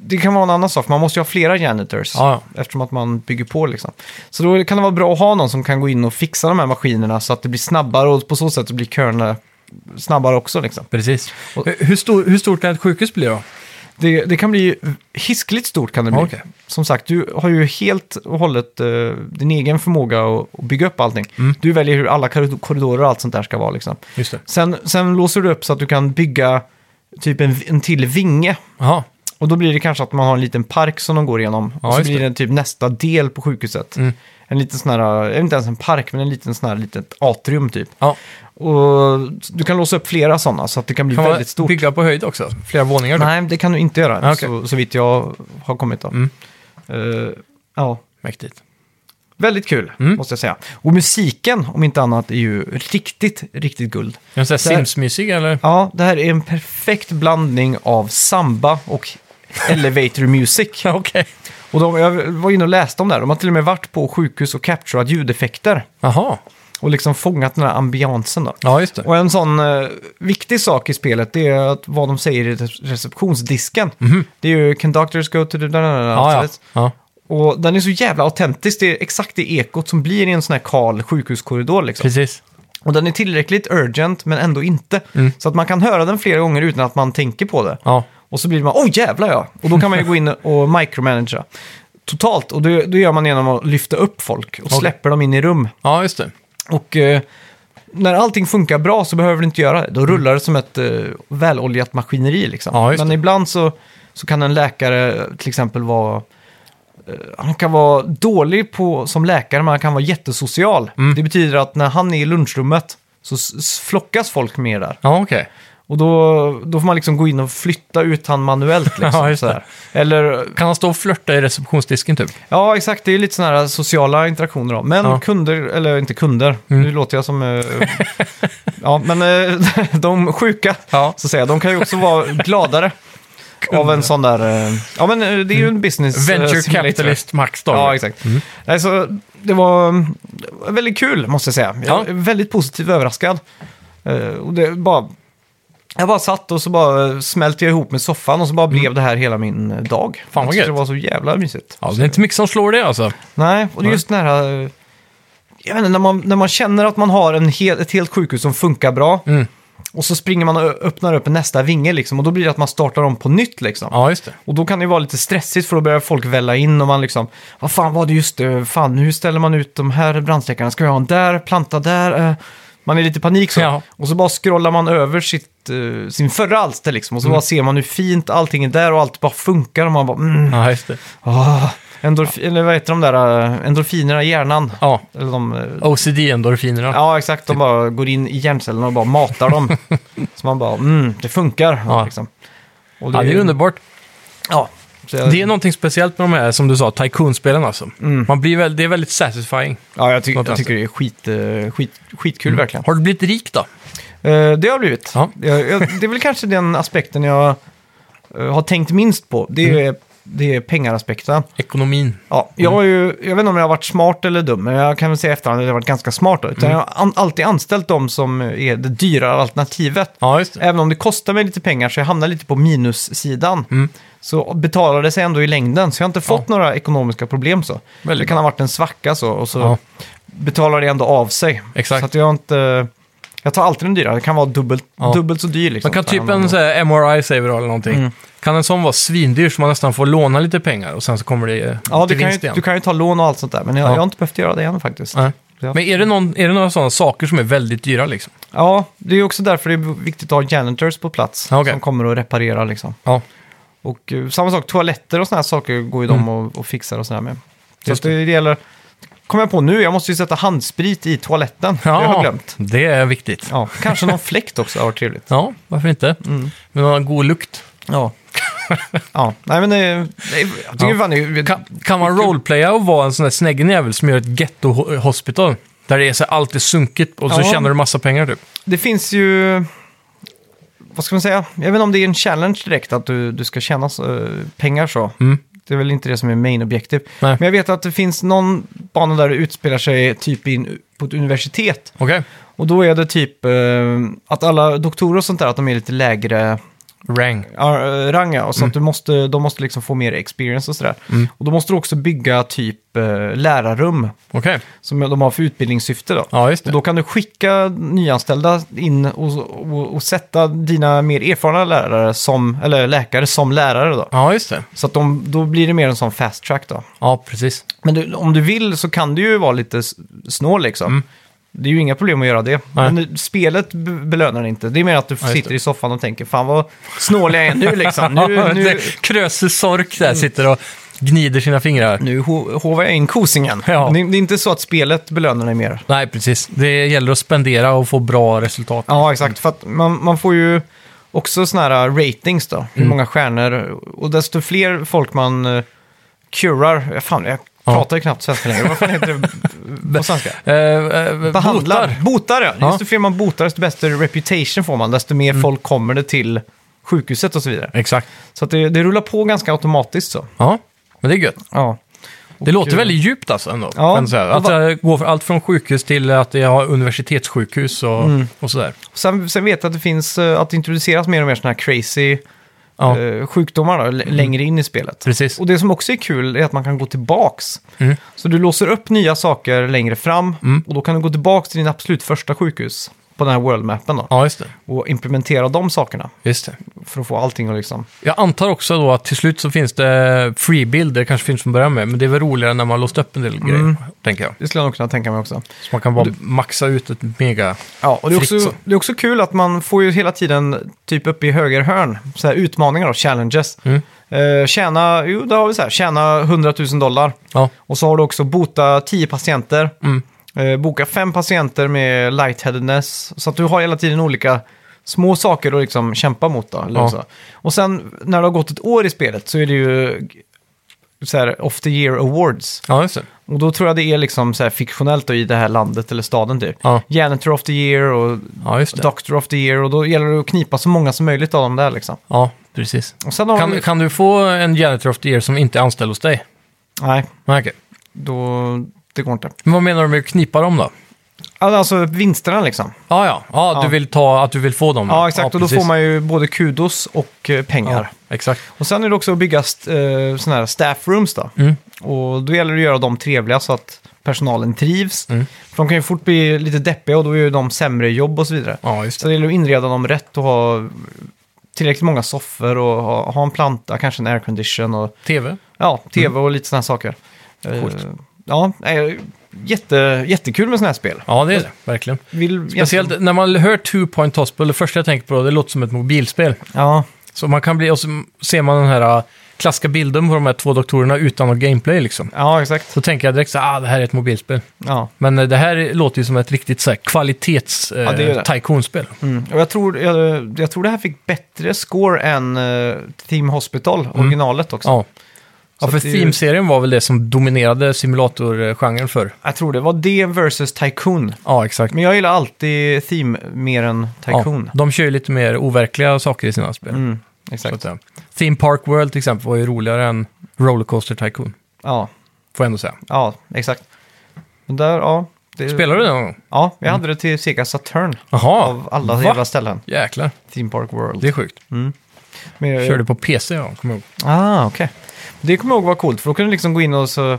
det kan vara en annan sak. Man måste ju ha flera janitors Ja, eftersom att man bygger på liksom. Så då kan det vara bra att ha någon som kan gå in och fixa de här maskinerna så att det blir snabbare och på så sätt så blir köerna snabbare också liksom. precis. Hur- Hur, stor, hur stort kan ett sjukhus bli då? Det, det kan bli hiskligt stort kan det bli. Ja, okej. Som sagt, du har ju helt och hållet eh, din egen förmåga att, att bygga upp allting. Mm. Du väljer hur alla korrid- korridorer och allt sånt där ska vara liksom. Just det. Sen, sen låser du upp så att du kan bygga typ en, en till vinge Jaha, Och då blir det kanske att man har en liten park som de går igenom. Ja, och så just blir det. det typ nästa del på sjukhuset. Mm. En liten sån här, eh, inte ens en park, men en liten sån här litet atrium typ. ja. Och du kan låsa upp flera sådana så att det kan bli Kan man väldigt stort. bygga på höjd också? Flera våningar? då? Nej, det kan du inte göra, Ah, okej. så, så vitt jag har kommit då. Mm. Eh, ja, Mäktigt. väldigt kul Mm. måste jag säga. Och musiken, om inte annat, är ju riktigt, riktigt guld. Är den sån Där- här Sims-mysig eller? Ja, det här är en perfekt blandning av samba och elevator music. Ja, Okej. Och de, jag var inne och läste om det här. De har till och med varit på sjukhus och capturat ljudeffekter. Jaha. Och liksom fångat den här ambiansen då. Ja, just det. Och en sån eh, viktig sak i spelet det är att vad de säger i re- receptionsdisken. Det är ju “Conductors go to the... da, da, da, da", Mhm. Ja, ja. sådär. ja. Och den är så jävla autentisk. Det är exakt det ekot som blir i en sån här kal sjukhuskorridor liksom. Precis. Och den är tillräckligt urgent men ändå inte. Mm. Så att man kan höra den flera gånger utan att man tänker på det. Ja. Och så blir man, åh jävlar ja! Och då kan man ju gå in och micromanagera totalt. Och det, det gör man genom att lyfta upp folk och släpper dem in i rum. ja, just det. Och eh, när allting funkar bra så behöver du inte göra det. Då rullar det som ett eh, väloljat maskineri liksom. Mm. Ja, just Men det. ibland så, så kan en läkare till exempel vara... eh, Han kan vara dålig på, som läkare, men han kan vara jättesocial. Mm. Det betyder att när han är i lunchrummet så s- s- flockas folk mer där. Ja, okej. Och då, då får man liksom gå in och flytta ut han manuellt. Liksom, Ja, just så det. här. Eller, Kan han stå och flörta i receptionsdisken typ? ja exakt, det är ju lite sådana här sociala interaktioner då. Men Ja. Mm. kunder, eller inte kunder, nu låter jag som... eh, ja, men eh, de sjuka, Ja. så att säga, de kan ju också vara gladare av en sån där... eh, ja, men eh, det är ju en business... eh, Venture simulator. capitalist Max då. Ja, exakt. Alltså, det var mm, väldigt kul, måste jag säga. Jag Ja. är väldigt positivt överraskad. Eh, och det bara, jag bara satt och så bara eh, smälte jag ihop med soffan och så bara blev det här hela min eh, dag. Mm. Fan, vad jag tyckte gött. det var så jävla mysigt. Ja, det är inte mycket som slår det alltså. Nej, och det är just den här... eh, Jag vet inte, när man, när man känner att man har en hel, ett helt sjukhus som funkar bra Mm. och så springer man och ö- öppnar upp nästa vinge liksom och då blir det att man startar om på nytt liksom. Ja, just det. Och då kan det ju vara lite stressigt för då börjar folk välla in och man liksom, vad fan var det just det, fan hur ställer man ut de här brandsläckarna, ska jag ha en där, planta där? Eh, Man är lite i panik så. Ja. Och så bara scrollar man över sitt, eh, sin förra alster liksom och Mm. så bara ser man hur fint allting är där och allt bara funkar och man bara, mm, Ja, just det. ah, endorf- eller vad heter de där, eh, endorfinerna i hjärnan? Ja, Eller de, eh, OCD-endorfinerna. Ja, exakt. De bara går in i hjärncellerna och bara matar dem. så man bara, mm, det funkar. Ja. Liksom. Och Ja, det är ju underbart. Ja. Så jag- Mm. Det är någonting speciellt med de här, som du sa, Tycoon-spelen alltså. Man blir väl, det är väldigt satisfying. Ja, jag, ty- Något jag tycker vänster. det är skit, eh, skit, skitkul verkligen. Har du blivit rik då? Eh, det har blivit. Ja. Jag, jag, det är väl kanske den aspekten jag eh, har tänkt minst på. Det är det är pengaraspekten. Ekonomin. Ja, jag, har ju, jag vet inte om jag har varit smart eller dum, men jag kan väl säga i efterhand att jag har varit ganska smart. Då, utan Jag har an, alltid anställt de som är det dyrare alternativet. Ja, just det. Även om det kostar mig lite pengar så jag hamnar lite på minussidan. Mm. Så betalar det sig ändå i längden. Så jag har inte fått några ekonomiska problem så. Väldigt det kan ha varit en svacka så och så Ja. betalar det ändå av sig. Exakt. Så att jag har inte... Jag tar alltid den dyra. Det kan vara dubbelt, Ja. dubbelt så dyr. Liksom. Man kan typ Men- en så här, MRI säger vi då, eller någonting. Mm. Kan en sån vara svindyr så man nästan får låna lite pengar och sen så kommer det eh, Ja, du kan, till ju, vinst igen. du kan ju ta lån och allt sånt där. Men jag, Ja. jag har inte behövt göra det än faktiskt. Nej. Ja. Men är det, någon, är det några sådana saker som är väldigt dyra liksom? Ja, det är också därför det är viktigt att ha janitors på plats. Ja, okej. Som kommer och reparerar liksom. Ja, Och eh, samma sak, toaletter och sådana här saker går ju de och, och fixar och sådär med. Så Mm. Just att det, det gäller... Kom jag på nu, jag måste ju sätta handsprit i toaletten. Det har jag glömt. det är viktigt. Ja, Ja, kanske någon fläkt också, det var trevligt. varför inte? Mm. Men någon god lukt. Ja. ja, nej men det, det, jag tycker Ja. fan det är... Kan, kan man roleplaya och vara en sån där snäggen jävel som gör ett ghetto-hospital? Där det är så här, allt är sunkigt och så Ja. tjänar du massa pengar typ. Det finns ju... Vad ska man säga? Jag vet inte om det är en challenge direkt att du, du ska tjäna eh, pengar så. Det är väl inte det som är main-objektiv. Mm. Nej. Men jag vet att det finns någon bana där det utspelar sig typ in, på ett universitet. Okej? Och då är det typ eh, att alla doktorer och sånt där, att de är lite lägre Rang. uh, rang. ja. Och så Mm. att du måste, de måste liksom få mer experience och sådär. Och då måste du också bygga typ eh, lärarrum Okej. som de har för utbildningssyfte då. Ja, just Och det. då kan du skicka nyanställda in och, och, och sätta dina mer erfarna lärare som, eller läkare som lärare då. Ja, just det. Så att de, då blir det mer en sån fast track då. Ja, precis. Men du, om du vill så kan du ju vara lite s- snål liksom. Det är ju inga problem att göra det. Mm. Nej. Men spelet b- belönar inte. Det är mer att du just sitter det. i soffan och tänker, fan vad snål jag är nu liksom. Ja, Nu, Mm. nu, Kröse Sork där sitter och gnider sina fingrar. nu ho- hovar jag in kosingen. Ja. Det, det är inte så att spelet belönar dig mer. Nej, precis. Det gäller att spendera och få bra resultat. Ja, exakt. För att man, man får ju också såna här äh, ratings då. Mm. Hur många stjärnor. Och desto fler folk man uh, curar. Fan, jag pratar ju knappt svenska längre. Vad fan heter det på svenska? Eh, eh, Behandlar. botar. Botar, ja. Ja. Mm. Desto fler man botar, desto bättre reputation får man. Desto mer folk kommer det till sjukhuset och så vidare. Exakt. Så att det, det rullar på ganska automatiskt så. Ja, men det är gött. Ja. Det låter väldigt djupt alltså ändå. Ja. Men så här, att Och va- jag går för allt från sjukhus till att jag har universitetssjukhus och, Mm. och sådär. Sen, sen vet jag att det finns, eh, att det introduceras mer och mer sådana här crazy Ja, Mm. eh, sjukdomar då, l- längre in i spelet. precis. Och det som också är kul är att man kan gå tillbaks. Så du låser upp nya saker längre fram och då kan du gå tillbaks till din absolut första sjukhus på den här worldmappen då, Ja, just det. och implementera de sakerna Just det. för att få allting att liksom... Jag antar också då att till slut så finns det freebilder, det kanske finns från början med, men det är väl roligare när man har låst upp en del Mm. grejer, tänker jag. Det skulle jag nog kunna tänka mig också. Så man kan bara maxa ut ett mega... Ja, och det är, Fritt så. också, det är också kul att man får ju hela tiden typ uppe i höger hörn, så här utmaningar och challenges. Mm. tjäna, jo, då har vi så här, tjäna 100 000 dollar. Ja, Och så har du också bota 10 patienter. Mm. Eh, boka 5 patienter med lightheadedness. Så att du har hela tiden olika små saker att liksom kämpa mot. Då, eller Ja. så. Och sen när det har gått ett år i spelet så är det ju så här, off the year awards. ja just det. Och då tror jag det är liksom så här fiktionellt då, i det här landet eller staden typ. Ja. Janitor of the year och Ja, just det. Doctor of the year. Och då gäller det att knipa så många som möjligt av dem där liksom. Ja, precis. Och sen har Kan, de- kan du få en janitor of the year som inte är anställd hos dig? Nej, Nej, okej. då... Det går inte. Men vad menar du med att knipa dem då? Alltså vinsterna liksom. Ja, ja. ja, du Ja. vill ta, att du vill få dem. Ja, exakt. och då Mm. precis. får man ju både kudos och eh, pengar. Ja, exakt. Och sen är det också att bygga st- eh, såna här staff rooms då. Mm. Och då gäller det att göra dem trevliga så att personalen trivs. Mm. För de kan ju fort bli lite deppiga och då gör ju de sämre jobb och så vidare. Ja, just Så det. det gäller att inreda dem rätt och ha tillräckligt många soffor och ha, ha en planta, kanske en aircondition och TV. ja, tv och lite sådana saker. Mm. Coolt. Eh, ja, nej, jätte, jättekul med sådana här spel. Ja, det är det. Verkligen. Vill, Speciellt när man hör Two Point Hospital, det första jag tänker på, det låter som ett mobilspel. Ja, Så man kan bli, och så ser man den här äh, klassiska bilden på de här två doktorerna utan något gameplay liksom. ja, exakt. Så tänker jag direkt så här, ah, det här är ett mobilspel. Ja. Men äh, det här är- låter ju som ett riktigt så här, kvalitets äh, Ja, det är det. taikonspel. Mm. Och jag, tror, jag, jag tror det här fick bättre score än eh, Team Hospital, originalet också. Mm. Ja. Så ja, för att det är ju- Theme-serien var väl det som dominerade simulatorgenren förr. Jag tror det var det versus Tycoon. Ja, exakt. Men jag gillar alltid Theme mer än Ja, Tycoon. Mm, de kör ju lite mer overkliga saker i sina spel. Så att Exakt. säga. Theme Park World till exempel var ju roligare än Rollercoaster Tycoon, Ja, får jag ändå säga. ja, exakt. Men där, ja. Det, Spelade du den någon gång? Ja, jag hade det till Sega Saturn. Jaha, Av alla va? jävla ställen. Jäklar, Theme Park World. det är sjukt. Men jag, Körde på PC, ja, kommer jag ihåg. Ah, okej. Det kommer jag ihåg var coolt, för då kunde du liksom gå in och så...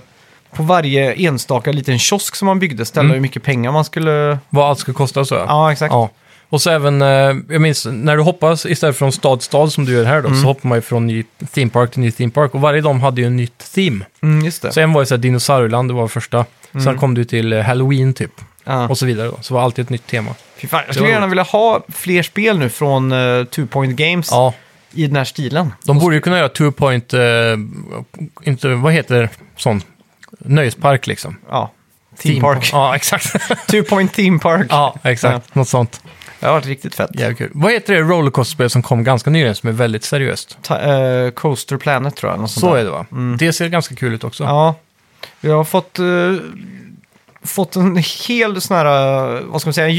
På varje enstaka liten kiosk som man byggde ställa Mm. hur mycket pengar man skulle... Vad allt skulle kosta så. Ja, exakt. Ja. Och så även, eh, jag minns när du hoppas istället för från stad till stad som du gör här då, Mm. så hoppar man ju från ny theme park till ny theme park. Och varje dag hade ju en nytt theme. Mm, just det. Så en var ju såhär dinosaurieland, det var första. Sen kom du till eh, halloween typ. Mm. Ja. Och så vidare då. Så var det alltid ett nytt tema. Fy fan, jag Det skulle var gärna vilja ha fler spel nu från eh, Two Point Games Ja, i den här stilen. de borde ju kunna göra two point, eh, inte, vad heter sån, nöjespark liksom. Ja. Theme Park. Ja, exakt. Two Point Theme Park. ja, exakt. Något sånt. Det har varit riktigt fett. Jävligt kul. Vad heter det rollercoaster-spel som kom ganska nyligen som är väldigt seriöst? Ta- eh, Coaster Planet tror jag. Något sånt Så där. Mm. är det va? Det ser ganska kul ut också. Ja. Jag har fått, eh, fått en hel sån här, eh, vad ska man säga,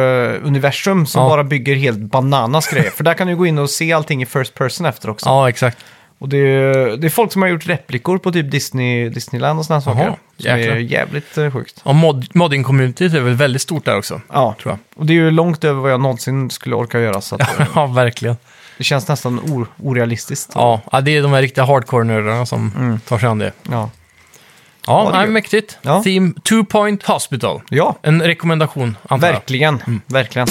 YouTuber-universum som Ja. bara bygger helt bananas grejer. För där kan du gå in och se allting i first person efter också. ja exakt. Och det är, det är folk som har gjort replikor på typ Disney, Disneyland och såna här Jaha, saker. Som är jäklar. jävligt eh, sjukt. Ja, mod modding-communityt är väl väldigt stort där också, Ja, tror jag. och det är ju långt över vad jag någonsin skulle orka göra. Så att ja, verkligen. det känns nästan o- orealistiskt. Ja, ja, det är de här riktiga hardcore-nördarna som tar sig an det. Ja. Ja, Mm. Ja, det är nej, kul. mäktigt. Ja. Theme Two Point Hospital. ja. En rekommendation, antar jag. Verkligen, Mm. verkligen.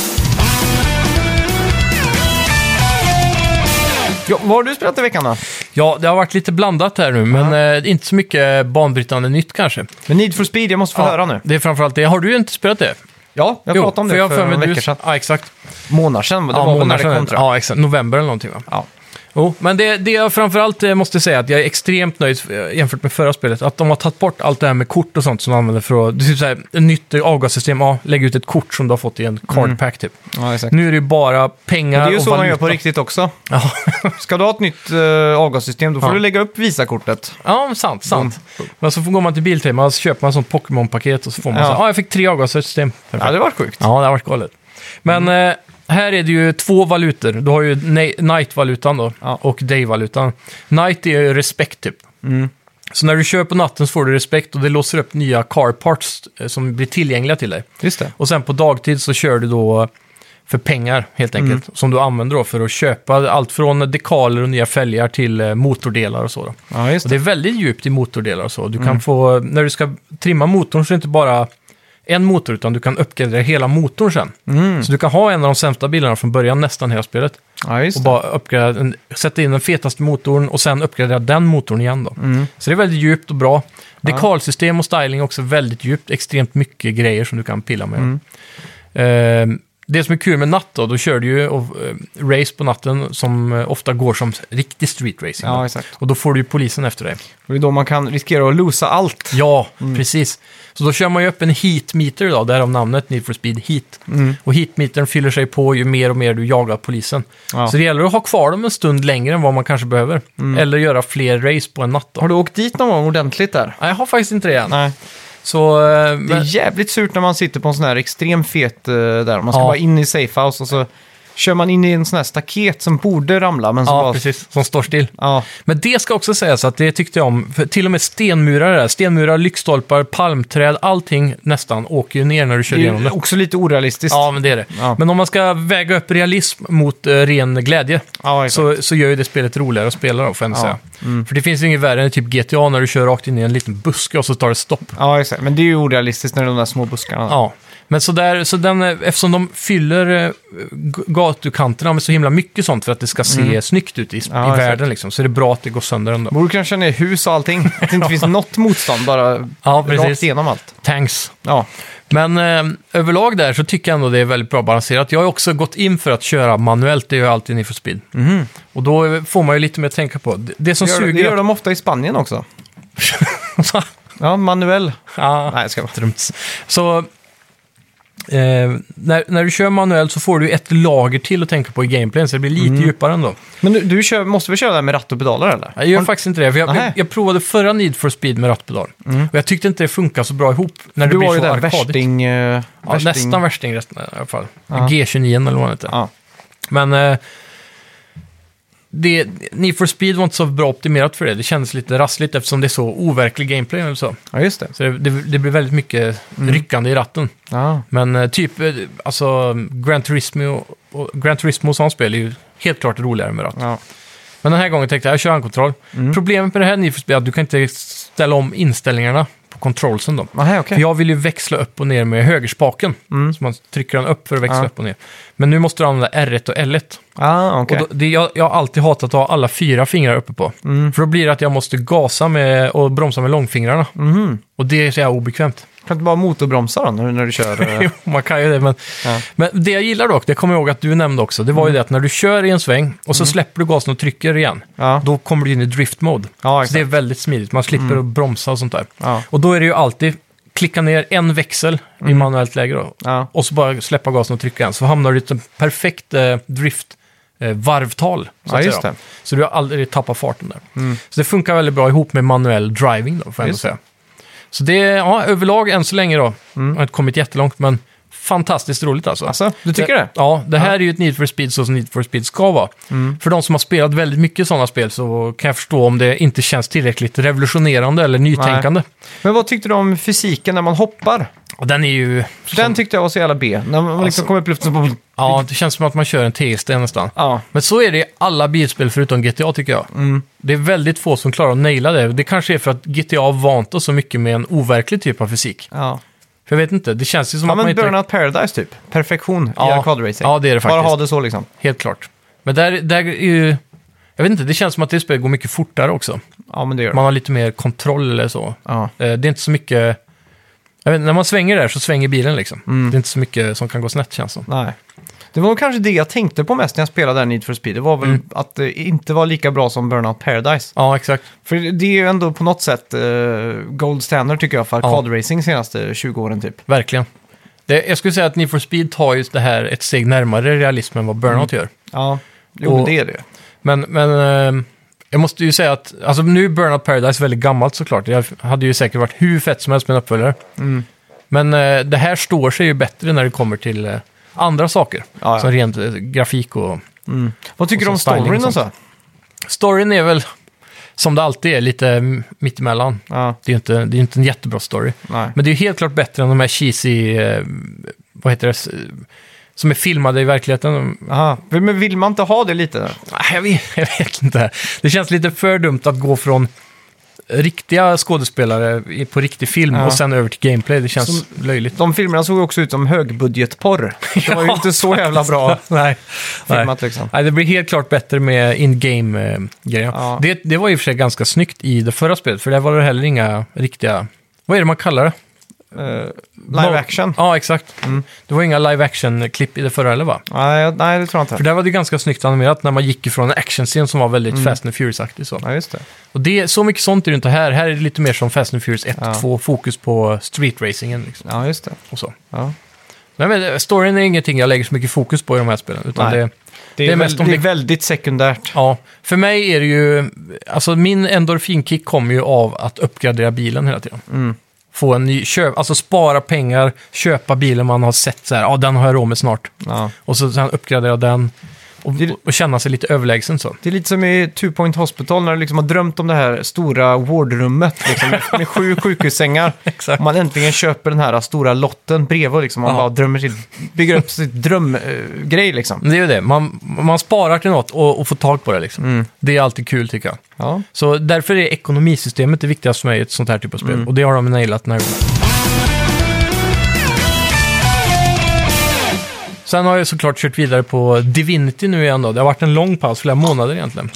Ja, vad har du spelat i veckan då? Ja, det har varit lite blandat här nu, men eh, inte så mycket banbrytande nytt kanske. Men Need for speed, jag måste få Ja, höra nu. Det är framförallt det. Har du inte spelat det? Ja, jag pratade om det jag har för, för mig några du- veckor sedan. Ja, exakt. Månader sedan, det var ja, väl när månader det sedan. kom tror jag. Ja, exakt. November eller någonting, va? Ja. Jo, men det, det jag framförallt eh, måste säga att jag är extremt nöjd eh, jämfört med förra spelet. Att de har tagit bort allt det här med kort och sånt som de använder för att... Typ så här, ett nytt avgassystem, ja, lägg ut ett kort som du har fått i en card pack typ. Ja, exakt. Nu är det ju bara pengar Mm. det är ju och så de gör på valuta. riktigt också. Ja, Ska du ha ett nytt eh, avgassystem, då får Ja. du lägga upp Visakortet. ja men sant, Mm. sant. Men så får- går man till Biltema och så köper man sånt Pokémon-paket och så får man Ja. ja. så här, ja, jag fick tre avgassystem. Ja, det var sjukt. Ja, det har varit galet. Men eh, här är det ju två valutor. Du har ju ne- night-valutan då Ja. och day-valutan. Night är ju respekt typ. Så när du kör på natten så får du respekt och det låser upp nya car parts eh, som blir tillgängliga till dig. Just det. Och sen på dagtid så kör du då för pengar helt enkelt. Som du använder då för att köpa allt från dekaler och nya fälgar till eh, motordelar och så. Då. Ja, just Och det. det är väldigt djupt i motordelar och så. Du kan Mm. få, när du ska trimma motorn så är det inte bara en motor utan du kan uppgradera hela motorn sen. Mm. Så du kan ha en av de sämsta bilarna från början nästan hela spelet. Ja, just Och det. bara uppgradera, en- sätta in den fetaste motorn och sen uppgradera den motorn igen då. Mm. Så det är väldigt djupt och bra. Dekalsystem och styling är också väldigt djupt. Extremt mycket grejer som du kan pilla med. Mm. Ehm, det som är kul med natt då, då kör du ju och, eh, race på natten som eh, ofta går som riktig street racing. Ja, då. exakt. och då får du ju polisen efter dig. Och det är då man kan riskera att losa allt. Ja, Mm. precis. Så då kör man ju upp en heatmeter idag, därav namnet Need for Speed Heat. Mm. Och heatmetern fyller sig på ju mer och mer du jagar polisen. Ja. Mm. Så det gäller att ha kvar dem en stund längre än vad man kanske behöver. Eller göra fler race på en natt. Då. Har du åkt dit någon gång ordentligt där? Nej, jag har faktiskt inte det än. Nej. Så, eh, men, Det är jävligt surt när man sitter på en sån här extrem fet eh, där. Man ska Ja. bara in i safehouse och så kör man in i en sån här staket som borde ramla. Men så ja, bara... precis. Som står still. Ja, Men det ska också sägas att det tyckte jag om. För till och med stenmurar, där. stenmurar, lyktstolpar, palmträd, allting nästan åker ju ner när du kör det igenom är det. också lite orealistiskt. Ja, men det är det. Ja. Men om man ska väga upp realism mot eh, ren glädje Ja, exakt. så, så gör ju det spelet roligare att spela då, får jag ändå Ja. Mm. säga. För det finns ju inget värre än typ GTA när du kör rakt in i en liten buske och så tar det stopp. Ja, exakt. Men det är ju orealistiskt när det är de där små buskarna. Ja. Men så, där, så den, eh, eftersom de fyller eh, g- gatukanterna med så himla mycket sånt för att det ska se snyggt ut i, Mm. Ja, i exakt. världen liksom, så är det bra att det går sönder ändå. Borde kunna känna i hus och allting. Att det inte finns något motstånd, bara Ja, rakt precis. igenom allt. Tanks. Ja, Men eh, överlag där så tycker jag ändå det är väldigt bra balanserat. Jag har ju också gått in för att köra manuellt, det gör jag alltid i Need for Speed. Och då eh, får man ju lite mer att tänka på. Det, det som Mhm. det gör, suger... det gör de ofta i Spanien också. Ja, manuell. ah, Nej, jag ska vara. Strumps. Så eh, när, när du kör manuellt så får du ju ett lager till att tänka på i gameplayen, så det blir lite Mm. djupare ändå. Men du, du kör, måste väl köra det här med ratt och pedaler eller? Jag gör faktiskt inte det, för jag, Nähä. Mm. jag, jag provade förra Need for Speed med rattpedal. Och jag tyckte inte det funkar så bra ihop när det du blir har ju så den arkadigt. värsting... eh, Ja, värsting- nästan värsting resten, i alla fall. G29 eller vad den heter. Ja. Men eh, det, Need for Speed var inte så bra optimerat för det. Det kändes lite rassligt eftersom det är så overklig gameplay. Och så Ja, just det. så det, det, det blir väldigt mycket Mm. ryckande i ratten. Ja. Men eh, typ, eh, alltså, Gran Turismo och, och, Gran Turismo och sånt spel är ju helt klart roligare med ratt. Ja. Men den här gången tänkte jag, jag kör handkontroll. Problemet med det här Need for Speed är att du kan inte ställa om inställningarna på controlsen då. Aha, För okay. jag vill ju växla upp och ner med högerspaken. Mm. Så man trycker den upp för att växla Ja. upp och ner. Men nu måste du använda R1 och L1. ah, okay. Och då, det, jag, jag har alltid hatat att ha alla fyra fingrar uppe på. Mm. För då blir det att jag måste gasa med, och bromsa med långfingrarna. Och det är så jävla obekvämt. mhm. Kan du inte bara motorbromsa då när, när du kör? eh, Jo, man kan ju det, men, Ja. Mm. men det jag gillar dock, det kommer jag ihåg att du nämnde också, det var ju det att när du kör i en sväng och så släpper du gasen och trycker igen, Ja. då kommer du in i drift mode. Ja, så det är väldigt smidigt, man slipper Mm. att bromsa och sånt där. Ja. Och då är det ju alltid klicka ner en växel Mm. i manuellt läge då, Ja. och så bara släppa gasen och trycka igen, så hamnar du i ett perfekt eh, drift eh, varvtal. Så, Ja, att just säga. det. så du har aldrig tappat farten där. Så det funkar väldigt bra ihop med manuell driving då, får jag ändå Mm. Just det. Mm. säga. Så det är ja, överlag än så länge då. Jag har inte kommit jättelångt, men fantastiskt roligt alltså. Alltså, du tycker det? Ja, det här är ju ett Need for Speed så som Need for Speed ska vara. Mm. För de som har spelat väldigt mycket sådana spel så kan jag förstå om det inte känns tillräckligt revolutionerande eller nytänkande. Men vad tyckte du om fysiken när man hoppar? Och den är ju... För Den tyckte jag var så jävla B. När man Alltså- liksom kom upp i luften så bara... Ja, det känns som att man kör en TSD nästan. Ja. Men så är det i alla bilspel förutom GTA tycker jag. Mm. Det är väldigt få som klarar att naila det. Det kanske är för att GTA har vant oss så mycket med en overklig typ av fysik. Ja. För jag vet inte, det känns ju som ja att man men inte... Burnout Paradise typ. Perfektion i Ja. arkadracing. Ja, det är det Bara faktiskt. ha det så liksom. Helt klart. Men där, där är ju... Jag vet inte, det känns som att det spelet går mycket fortare också. Ja, men det gör det. Man har lite mer kontroll eller så. Ja. Eh, Det är inte så mycket... Jag vet, inte, när man svänger där så svänger bilen liksom. Mm. Det är inte så mycket som kan gå snett känns som. Nej. Det var nog kanske det jag tänkte på mest när jag spelade där Need for Speed. Det var väl Mm. att det inte var lika bra som Burnout Paradise. Ja, exakt. För det är ju ändå på något sätt eh, gold standard tycker jag för Ja. arkadracing senaste 20 åren typ. Verkligen. Det, jag skulle säga att Need for Speed tar just det här ett steg närmare realismen än vad Mm. Burnout gör. Ja, jo Och- men det är det ju. Men, men eh, jag måste ju säga att, alltså nu är Burnout Paradise väldigt gammalt såklart. Jag hade ju säkert varit hur fett som helst med en uppföljare. Mm. Men eh, det här står sig ju bättre när det kommer till eh, andra saker. Ja, ja. Som rent eh, grafik och... Vad tycker Och du om så styling storyn och och så? Storyn är väl, som det alltid är, lite mm, mittemellan. Ja, Det är ju inte, det är ju inte en jättebra story. nej. Men det är ju helt klart bättre än de här cheesy, eh, vad heter det, S- som är filmade i verkligheten. Aha. Men vill man inte ha det lite? Nej, Jag vet, jag vet inte. Det känns lite för dumt att gå från riktiga skådespelare i- på riktig film Ja. och sen över till gameplay. Det känns löjligt. De filmerna såg ju också ut som högbudgetporr. Det var ju inte så jävla bra Nej. Nej. filmat liksom. Nej, det blir helt klart bättre med in-game-grejer. Ja. Det, det var i och för sig ganska snyggt i det förra spelet, för där var det heller inga riktiga... Vad är det man kallar det? Eh, live action? Ja, exakt. Mm. Det var inga live action-klipp i det förra heller, va? Nej, jag- nej, det tror jag För inte. där var det ganska snyggt animerat när man gick ifrån en actionscen som var väldigt Mm. Fast and Furious-aktig. Så. Ja, just det. Och det, så mycket sånt är det inte här. Här är det lite mer som Fast and Furious 1 Ja. 2, fokus på streetracingen liksom, Ja, just det. och så. Ja. Nej, men eh, storyn är ingenting jag lägger så mycket fokus på i de här spelen. Utan Nej. det, Det är, Det väl, är mest om det är det- väldigt sekundärt. ja, för mig är det ju... Alltså min endorfinkick kommer ju av att uppgradera bilen hela tiden. Mm. Få en ny köp, alltså spara pengar, köpa bilen man har sett så här, ja den har jag råd med snart. Ja. Och så sen uppgradera den och, och känna sig lite överlägsen så. Det är lite som i Two Point Hospital när du liksom har drömt om det här stora vårdrummet liksom, med- med sju sjukhussängar. Exakt. Om man äntligen köper den här stora lotten bredvid liksom, man Ja. bara drömmer sitt, bygger upp sitt drömgrej liksom. Men Det är ju det, man, man sparar till något och, och får tag på det liksom. Mm. Det är alltid kul tycker jag. Ja. Så därför är ekonomisystemet det viktigaste för mig i ett sånt här typ av spel. Och det har de nailat den här gången. Sen har jag såklart kört vidare på Divinity nu igen då. Det har varit en lång paus, flera månader egentligen.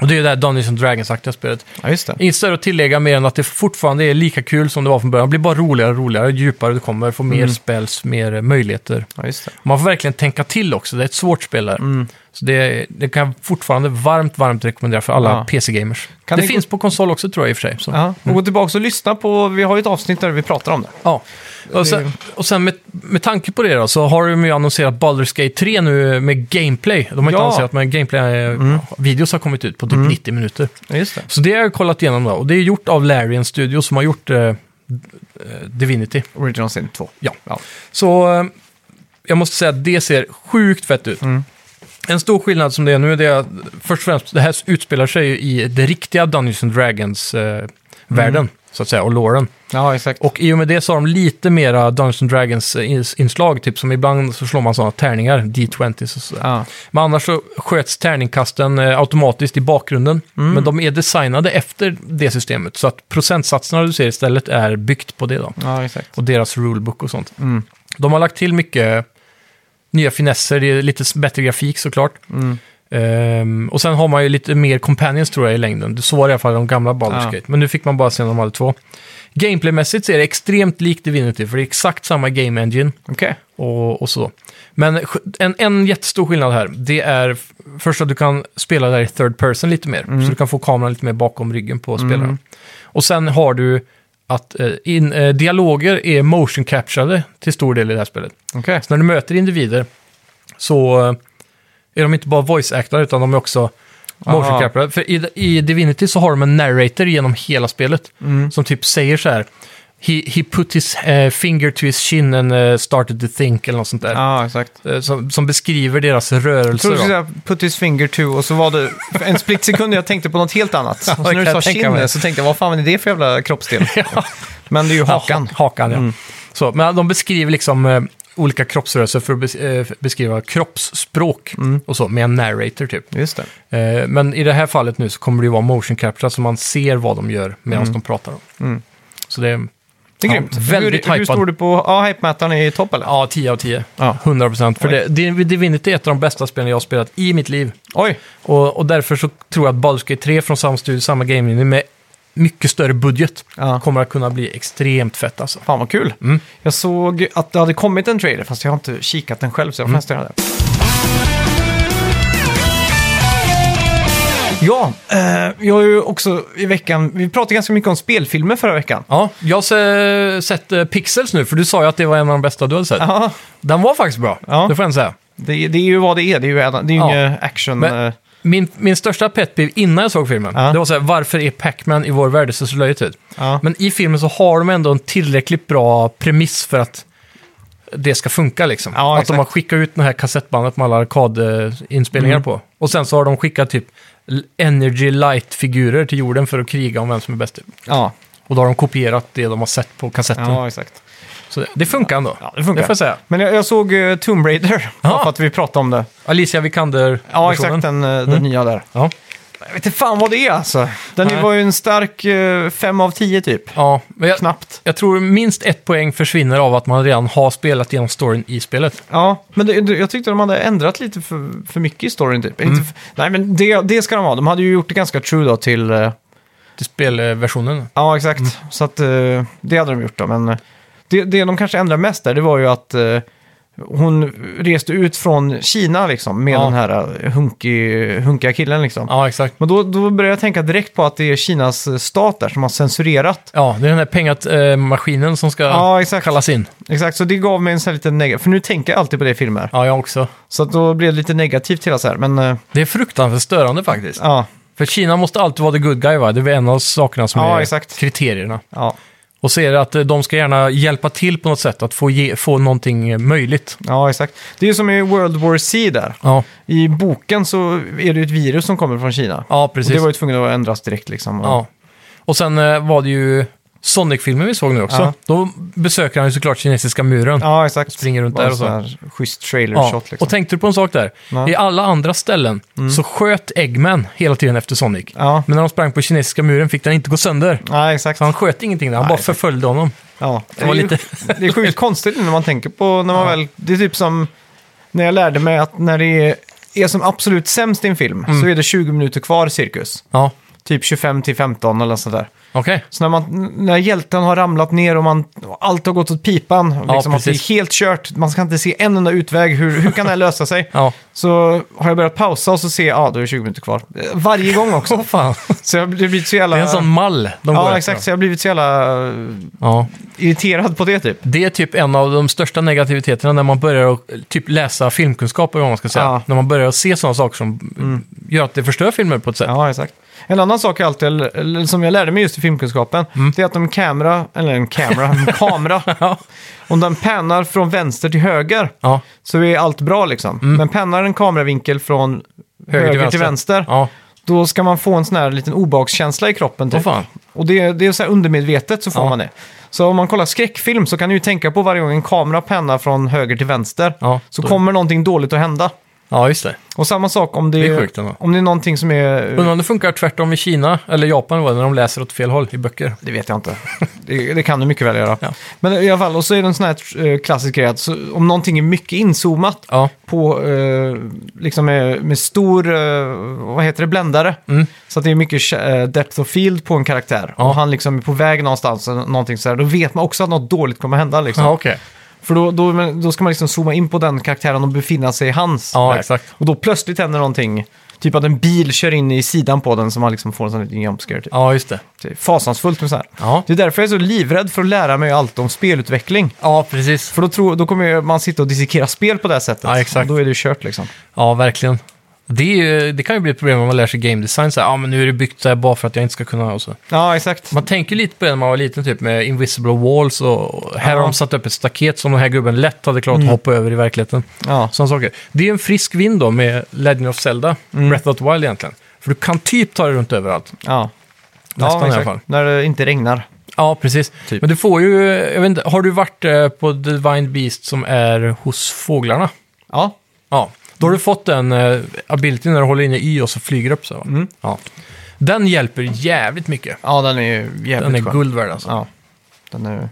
Och det är ju det här Dungeons and Dragons-aktiga spelet. ja, just det. Inget större att tillägga mer än att det fortfarande är lika kul som det var från början. Det blir bara roligare och roligare ju djupare du kommer, får mer spells, mer möjligheter. Ja, just det. Man får verkligen tänka till också, det är ett svårt spel där. Mm. Så det, det kan jag fortfarande varmt, varmt rekommendera för alla Ja. PC-gamers. Kan det ni gå- finns på konsol också tror jag i och för sig. Så. Ja. Och gå tillbaka och lyssna på, vi har ju ett avsnitt där vi pratar om det. Ja. Och sen, och sen med, med tanke på det då, så har de ju annonserat Baldur's Gate 3 nu med gameplay. De har inte Ja. Mm. annonserat, men gameplay-videos har kommit ut på typ 90 minuter. Ja, just det. Så det har jag kollat igenom då, och det är gjort av Larian Studio som har gjort eh, eh, Divinity. Original Sin 2. Ja. Ja. Så eh, jag måste säga att det ser sjukt fett ut. En stor skillnad som det är nu det är att först och främst det här utspelar sig ju i det riktiga Dungeons and Dragons-världen, så att säga, och låren. Ja, exakt. Och i och med det så har de lite mera Dungeons and Dragons-inslag, typ som ibland så slår man sådana tärningar, D20 och sådär. ja. Men annars så sköts tärningkasten eh, automatiskt i bakgrunden, men de är designade efter det systemet. Så att procentsatserna du ser istället är byggt på det då. ja, exakt. Och deras rulebook och sånt. Mm. De har lagt till mycket nya finesser, det är lite bättre grafik såklart. Mm. Ehm, och sen har man ju lite mer companions tror jag i längden. Det så var det i alla fall i de gamla Baldur's Ja. Gate. Men nu fick man bara se om de hade två. Gameplaymässigt så är det extremt likt Divinity, för det är exakt samma game engine Okej. och, och så. Men sk- en, en jättestor skillnad här, det är f- först att du kan spela där i third person lite mer. Så du kan få kameran lite mer bakom ryggen på spelaren. Och sen har du att eh, in, eh, dialoger är motion capturade till stor del i det här spelet. Okej. Så när du möter individer så eh, är de inte bara voice-actare utan de är också motion Aha. capturade. För i, i Divinity så har de en narrator genom hela spelet Mm. som typ säger så här. He, he put his eh, finger to his chin and eh, started to think eller något sånt där. Ja, exakt. Eh, som, som beskriver deras Jag trodde rörelser. du då. skulle säga put his finger to och så var det en split sekund jag tänkte på något helt annat. Och så det när du kan sa jag tänka mig. kinne så tänkte jag vad fan är det för jävla kroppsdel? Men det är ju hakan. Mm. Ja, ha- hakan, ja. Så, men de beskriver liksom eh, olika kroppsrörelser för att bes- eh, beskriva kroppsspråk Mm. och så med en narrator typ. Just det. Eh, Men i det här fallet nu så kommer det ju vara motion capture, så man ser vad de gör medan de pratar. Mm. Så det är Det är Ja, grymt. väldigt hur, hur hypad. står du på ja, hype-mätaren i topp eller? ja, 10 av 10. Ja. 100 procent. För Oj. det, det- Divinity är ett av de bästa spelen jag har spelat i mitt liv. Oj, Och, och därför så tror jag att Baldur's Gate 3 från samma studio, samma game med mycket större budget Ja. kommer att kunna bli extremt fett alltså. fan vad kul. Jag såg att det hade kommit en trailer fast jag har inte kikat den själv så jag Mm. får nästan göra det. Ja, eh, jag har ju också i veckan, vi pratade ganska mycket om spelfilmer förra veckan. Ja, jag har se- sett eh, Pixels nu, för du sa ju att det var en av de bästa du hade sett. Ja, Den var faktiskt bra, Ja. det får jag ändå säga. det, det är ju vad det är, det är ju, en- det är ju Ja. ingen action... Men- eh, Min, min största petpiv innan jag såg filmen, Ja. det var så här, varför är Pac-Man i vår värld så löjligt ut? ja. Men i filmen så har de ändå en tillräckligt bra premiss för att det ska funka liksom. Ja, att de exakt. har skickat ut det här kassettbandet med alla arkadinspelningar Mm. på. Och sen så har de skickat typ l- Energy Light-figurer till jorden för att kriga om vem som är bäst. Typ. ja, Och då har de kopierat det de har sett på kassetten. ja, exakt. Så det, det funkar ändå. Ja, det funkar. Det får jag säga. Men jag, jag såg eh, Tomb Raider, Ja. för att vi pratade om det. Alicia Vikander Ja, exakt. Den, eh, den nya där. Ja. Jag vet inte fan vad det är alltså. Den Nej. var ju en stark 5 av 10 typ. Ja, men jag, Knappt. jag tror minst ett poäng försvinner av att man redan har spelat igenom storyn i spelet. Ja, men det, det, jag tyckte de hade ändrat lite för, för mycket i storyn typ. Inte f- nej, men det, det ska de ha. De hade ju gjort det ganska true då till... eh, Till spelversionen. ja, exakt. Så att eh, det hade de gjort då. Men eh, det, det de kanske ändrade mest där, det var ju att eh, hon reste ut från Kina liksom. Med Ja. den här eh, hunky, hunkiga killen liksom. Ja, exakt. Men då, då började jag tänka direkt på att det är Kinas eh, stat där som har censurerat. Ja, det är den här pengamaskinen som ska Ja, exakt. kallas in. Exakt, så det gav mig en sån här liten negativ... För nu tänker jag alltid på det i filmer. Ja, jag också. Så att då blev det lite negativt hela så här. Men eh, Det är fruktansvärt störande faktiskt. ja, För Kina måste alltid vara the good guy, va? Det är väl en av sakerna som Ja, är exakt. kriterierna. ja, Och så är det att eh, de ska gärna hjälpa till på något sätt, att få, ge, få någonting eh, möjligt. ja, exakt. Det är ju som i World War C där. Ja, I boken så är det ju ett virus som kommer från Kina. ja Och precis. det var ju tvunget att ändras direkt liksom. ja. Och sen eh, var det ju Sonic-filmen vi såg nu också. Ja. Då besöker han ju såklart kinesiska muren. ja exakt. Springer runt Bara där och så. sån här Schysst trailer Ja, shot liksom. Och tänkte du på en sak där? Ja. Mm. I alla andra ställen så sköt Eggman hela tiden efter Sonic. Ja, Men när de sprang på kinesiska muren fick den inte gå sönder. ja, exakt. Så han sköt ingenting där, han Nej, bara exakt. förföljde honom. Ja. Det var är ju- lite... Det är sjukt konstigt när man tänker på när man väl... Det är typ som när jag lärde mig att när det är, är som absolut sämst i en film så Mm. är det 20 minuter kvar cirkus. Ja, Typ 25 till 15 eller sådär. okej. Så när, man, när hjälten har ramlat ner och, man, och allt har gått åt pipan, och Ja, liksom att det precis. är helt kört, man ska inte se en enda utväg, hur, hur kan det här lösa sig? Ja. Så har jag börjat pausa och så ser jag, ja, då är det 20 minuter kvar. Eh, Varje gång också. Åh fan. Så jag har blivit så jävla... Det är en sån mall de går Ja, efter. exakt. Så jag har blivit så jävla eh, Ja. irriterad på det typ. Det är typ en av de största negativiteterna när man börjar att, eh, typ läsa filmkunskap, eller vad man ska säga. Ja. Mm. När man börjar att se sådana saker som eh, gör att det förstör filmer på ett sätt. Ja, exakt. En annan sak jag alltid, eller som jag lärde mig just i filmkunskapen, det är att om kamera, eller en kamera, en kamera, Mm. Ja. om den pannar från vänster till höger Ja. så är allt bra liksom. Mm. Men pannar en kameravinkel från höger, till vänster, Ja. då ska man få en sån här liten obehagskänsla i kroppen. typ. Åh, fan. Och det, det är så här undermedvetet så får Ja. man det. Så om man kollar skräckfilm så kan du ju tänka på varje gång en kamera pennar från höger till vänster. Ja, så då- kommer någonting dåligt att hända. ja, just det. Och samma sak om det, Det är sjukt ändå. om det är någonting som är... Undrar om det funkar tvärtom i Kina, eller Japan, var det, när de läser åt fel håll i böcker. Det vet jag inte. Det, det kan du mycket väl göra. Ja. Men i alla fall, och så är det en sån här eh, klassisk grej att så, om någonting är mycket inzoomat Ja, på, eh, liksom med, med stor, eh, vad heter det, bländare. Så att det är mycket eh, depth of field på en karaktär. Mm. Ja. Och han liksom är på väg någonstans, eller någonting så här. Då vet man också att något dåligt kommer hända liksom. ja okej. För då, då, men då ska man liksom zooma in på den karaktären och befinna sig i hans. Ja, värld. exakt. Och då plötsligt händer någonting. Typ att en bil kör in i sidan på den så man liksom får en sån liten jump scare. Typ. Ja, just det. Det är Fasansfullt med så här. Ja, Det är därför jag är så livrädd för att lära mig allt om spelutveckling. ja precis. För då, tror, då kommer ju man sitta och dissekera spel på det här sättet. Ja, exakt. Och Då är det ju kört liksom. Ja, verkligen. Det, är ju, det kan ju bli ett problem om man lär sig game design. Så här, ah, men nu är det byggt så här bara för att jag inte ska kunna. Och så. Ja, exakt. Man tänker lite på det när man var liten, typ med Invisible Walls och här har Ja. Mm. de satt upp ett staket som den här gubben lätt hade klarat att hoppa över i verkligheten. Ja. Sådana saker. Det är ju en frisk vind då med Legend of Zelda, Mm. Breath of the Wild egentligen. För du kan typ ta dig runt överallt. Ja. Nästan ja, i alla exakt. fall. När det inte regnar. Ja, precis. Typ. Men du får ju, jag vet inte, har du varit eh, på Divine Beast som är hos fåglarna? Ja, Ja, då har du fått den uh, ability när du håller inne i och så flyger upp så. va? Mm. Ja. Den hjälper jävligt mycket. ja den är ju jävligt Den är skön. guld värd alltså. Ja. Den är...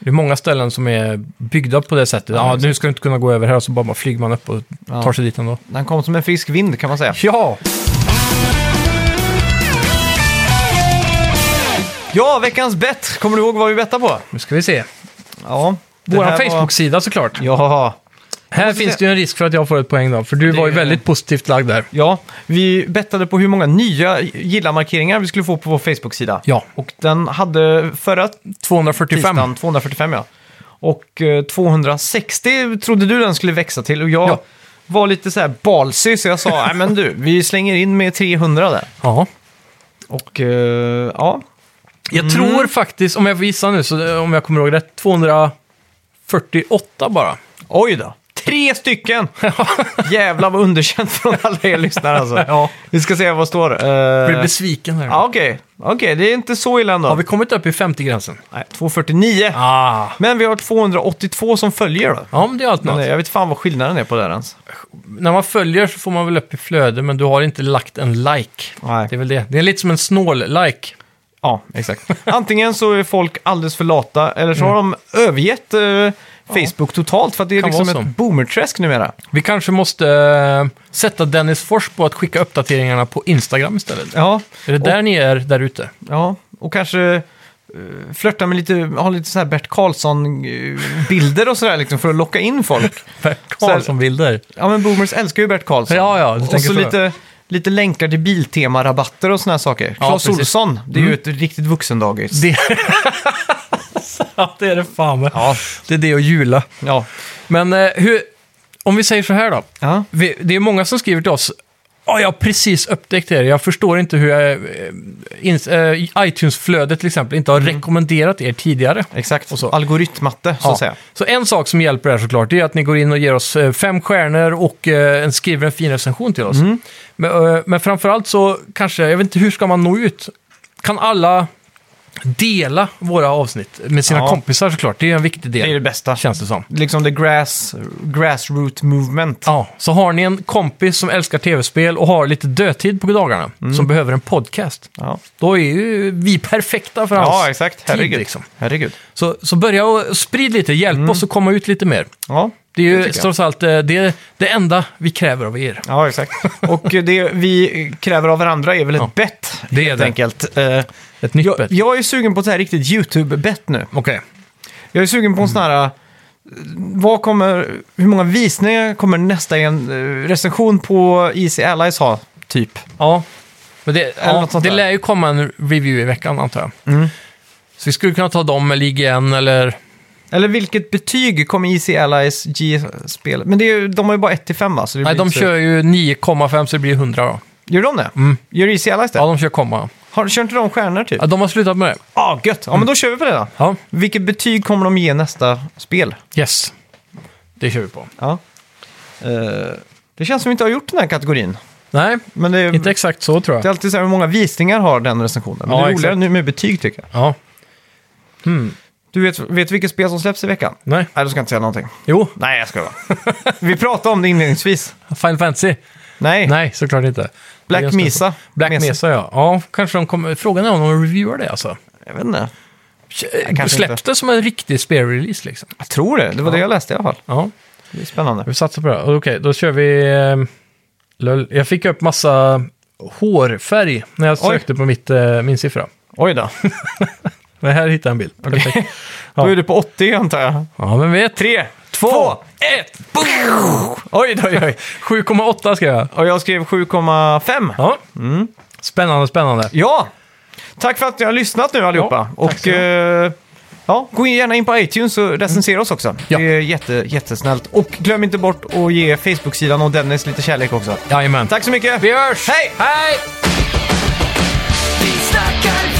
Det är många ställen som är byggda på det sättet. Ja, nu ska du inte kunna gå över här och så bara, bara flyger man upp och Ja. tar sig dit ändå. Den kom som en frisk vind kan man säga. Ja! Ja, veckans bett! Kommer du ihåg vad vi bettade på? Nu ska vi se. Ja. det Vår här var- Facebook-sida såklart. Ja. Här finns se. det ju en risk för att jag får ett poäng då, för du Det- var ju väldigt positivt lagd där. ja, vi bettade på hur många nya gilla-markeringar vi skulle få på vår Facebook-sida. Ja, Och den hade förra 245. tisdagen, 245 ja. Och eh, 260 trodde du den skulle växa till och jag Ja. var lite så här balsig så jag sa, nej men du, vi slänger in med 300 där. Ja. Och eh, ja, Jag Mm. tror faktiskt, om jag får gissa nu, så eh, om jag kommer ihåg rätt, 248 bara. oj då. Tre stycken! Jävlar vad underkänt från alla er lyssnare alltså. Ja. Vi ska se vad det står. Eh, Jag blir besviken här. ja, Okej, Okej, det är inte så illa ändå. Har vi kommit upp i 50-gränsen? Nej, 249. Ah. Men vi har 282 som följer då. Ja, men det är allt något. Men jag vet fan vad skillnaden är på det här ens. När man följer så får man väl upp i flöde, men du har inte lagt en like. Nej. Det är väl det. Det är lite som en snål-like. Ja, exakt. Antingen så är folk alldeles för lata, eller så har de övergett eh, Facebook totalt för att det är Kan liksom vara så. ett boomerträsk numera. Vi kanske måste eh, sätta Dennis Fors på att skicka uppdateringarna på Instagram istället. Ja, Är det där ni är där ute? ja. och kanske eh, flörta med lite, ha lite så här Bert Karlsson-bilder och sådär liksom för att locka in folk. Karlsson-bilder. Ja, men boomers älskar ju Bert Karlsson. Ja, ja, du och tänker så så. lite, lite länkar till Biltema-rabatter och sådana saker. Ja, Claes precis. Mm. Olsson, det är ju ett riktigt vuxendagis. Det... ja, det är det fan med. Ja, Det är det och jula. ja. Men eh, hur... Om vi säger så här då. ja. Vi, det är många som skriver till oss. Ja, jag har precis upptäckt er. Jag förstår inte hur jag, eh, ins- eh, iTunes-flödet till exempel inte har rekommenderat er tidigare. Exakt, så. algoritmatte så Ja. att säga. Så en sak som hjälper här såklart, det är att ni går in och ger oss eh, fem stjärnor och eh, en- skriver en fin recension till oss. Mm. Men, eh, men framförallt så kanske, jag vet inte hur ska man nå ut? Kan alla dela våra avsnitt med sina Ja. kompisar såklart? Det är en viktig Det är det del, bästa. känns det som. liksom the grass, grassroot movement. Ja, så har ni en kompis som älskar tv-spel och har lite dödtid på dagarna, Mm. som behöver en podcast, Ja, då är ju vi perfekta för hans ja exakt. Herregud. tid. Liksom. Herregud. Så, så börja och sprid lite, hjälp Mm. oss att komma ut lite mer. Ja. Det är ju tycker jag. trots allt eh, det, är det enda vi kräver av er. ja, exakt. Och eh, det vi kräver av varandra är väl ett Ja. bett, Det är helt det. enkelt. Eh, Ett nytt jag, bett. jag är sugen på ett så här riktigt YouTube-bett nu. Okej. Jag är sugen Mm. på en sån här... eh, Vad kommer, hur många visningar kommer nästa en eh, recension på Easy Allies ha? Typ. Ja. Men det, Eller ja, något sånt det där. Mm. lär ju komma en review i veckan antar jag. Så vi skulle kunna ta dem eller IGN eller... Eller vilket betyg kommer Easy Allies ge spel? Men det är, ju- de har ju bara 1-5 va? Så det Nej, blir de inte så- kör ju 9,5 så det blir 100 då. Gör de det? Gör Easy Allies det? Mm. Ja, de kör komma. Har, kör inte de stjärnor typ? Ja, de har slutat med det. ah, gött! Ja, men då kör vi på det då. Ja, Vilket betyg kommer de ge nästa spel? yes. Det kör vi på. Ja. Eh, det känns som vi inte har gjort den här kategorin. Nej, Men det, inte exakt så tror det är jag. alltid så här hur många visningar har den recensionen. Men Ja, det är exakt. roligare nu med betyg tycker jag. Ja. Du vet, vet vilket spel som släpps i veckan? Nej. Nej, du ska jag inte säga någonting. Jo, Nej, jag skojar bara. Vi pratade om det inledningsvis. Final Fantasy. Nej, Nej, såklart inte. Det är Black just det. Mesa. Black Mesa, ja. Ja, kanske de kommer... Frågan är om de reviewar det alltså. Jag vet inte. kanske Släpps inte. det som en riktig spare-release liksom? Jag tror det. Det var det jag läste i alla fall. Ja, Det är spännande. vi satsar på det. Okej, då kör vi... eh, Lol. Jag fick upp massa hårfärg när jag Oj. sökte på mitt, eh, min siffra. Oj då. Men här hittade jag en bild. Perfekt. Då är du på 80 antar jag. Ja, vem vet? Tre, två, två, ett. Oj då. Oj, oj. 7,8 ska jag. Och jag skrev 7,5. Ja. Spännande, spännande. Ja! Tack för att ni har lyssnat nu allihopa. Ja, tack och ska du eh, ja, gå in gärna in på iTunes och recensera oss också. Ja. Det är jätte, jättesnällt. Och glöm inte bort att ge Facebook-sidan och Dennis lite kärlek också. Jajamän. Tack så mycket! Vi hörs! Hej! Hej! Vi snackar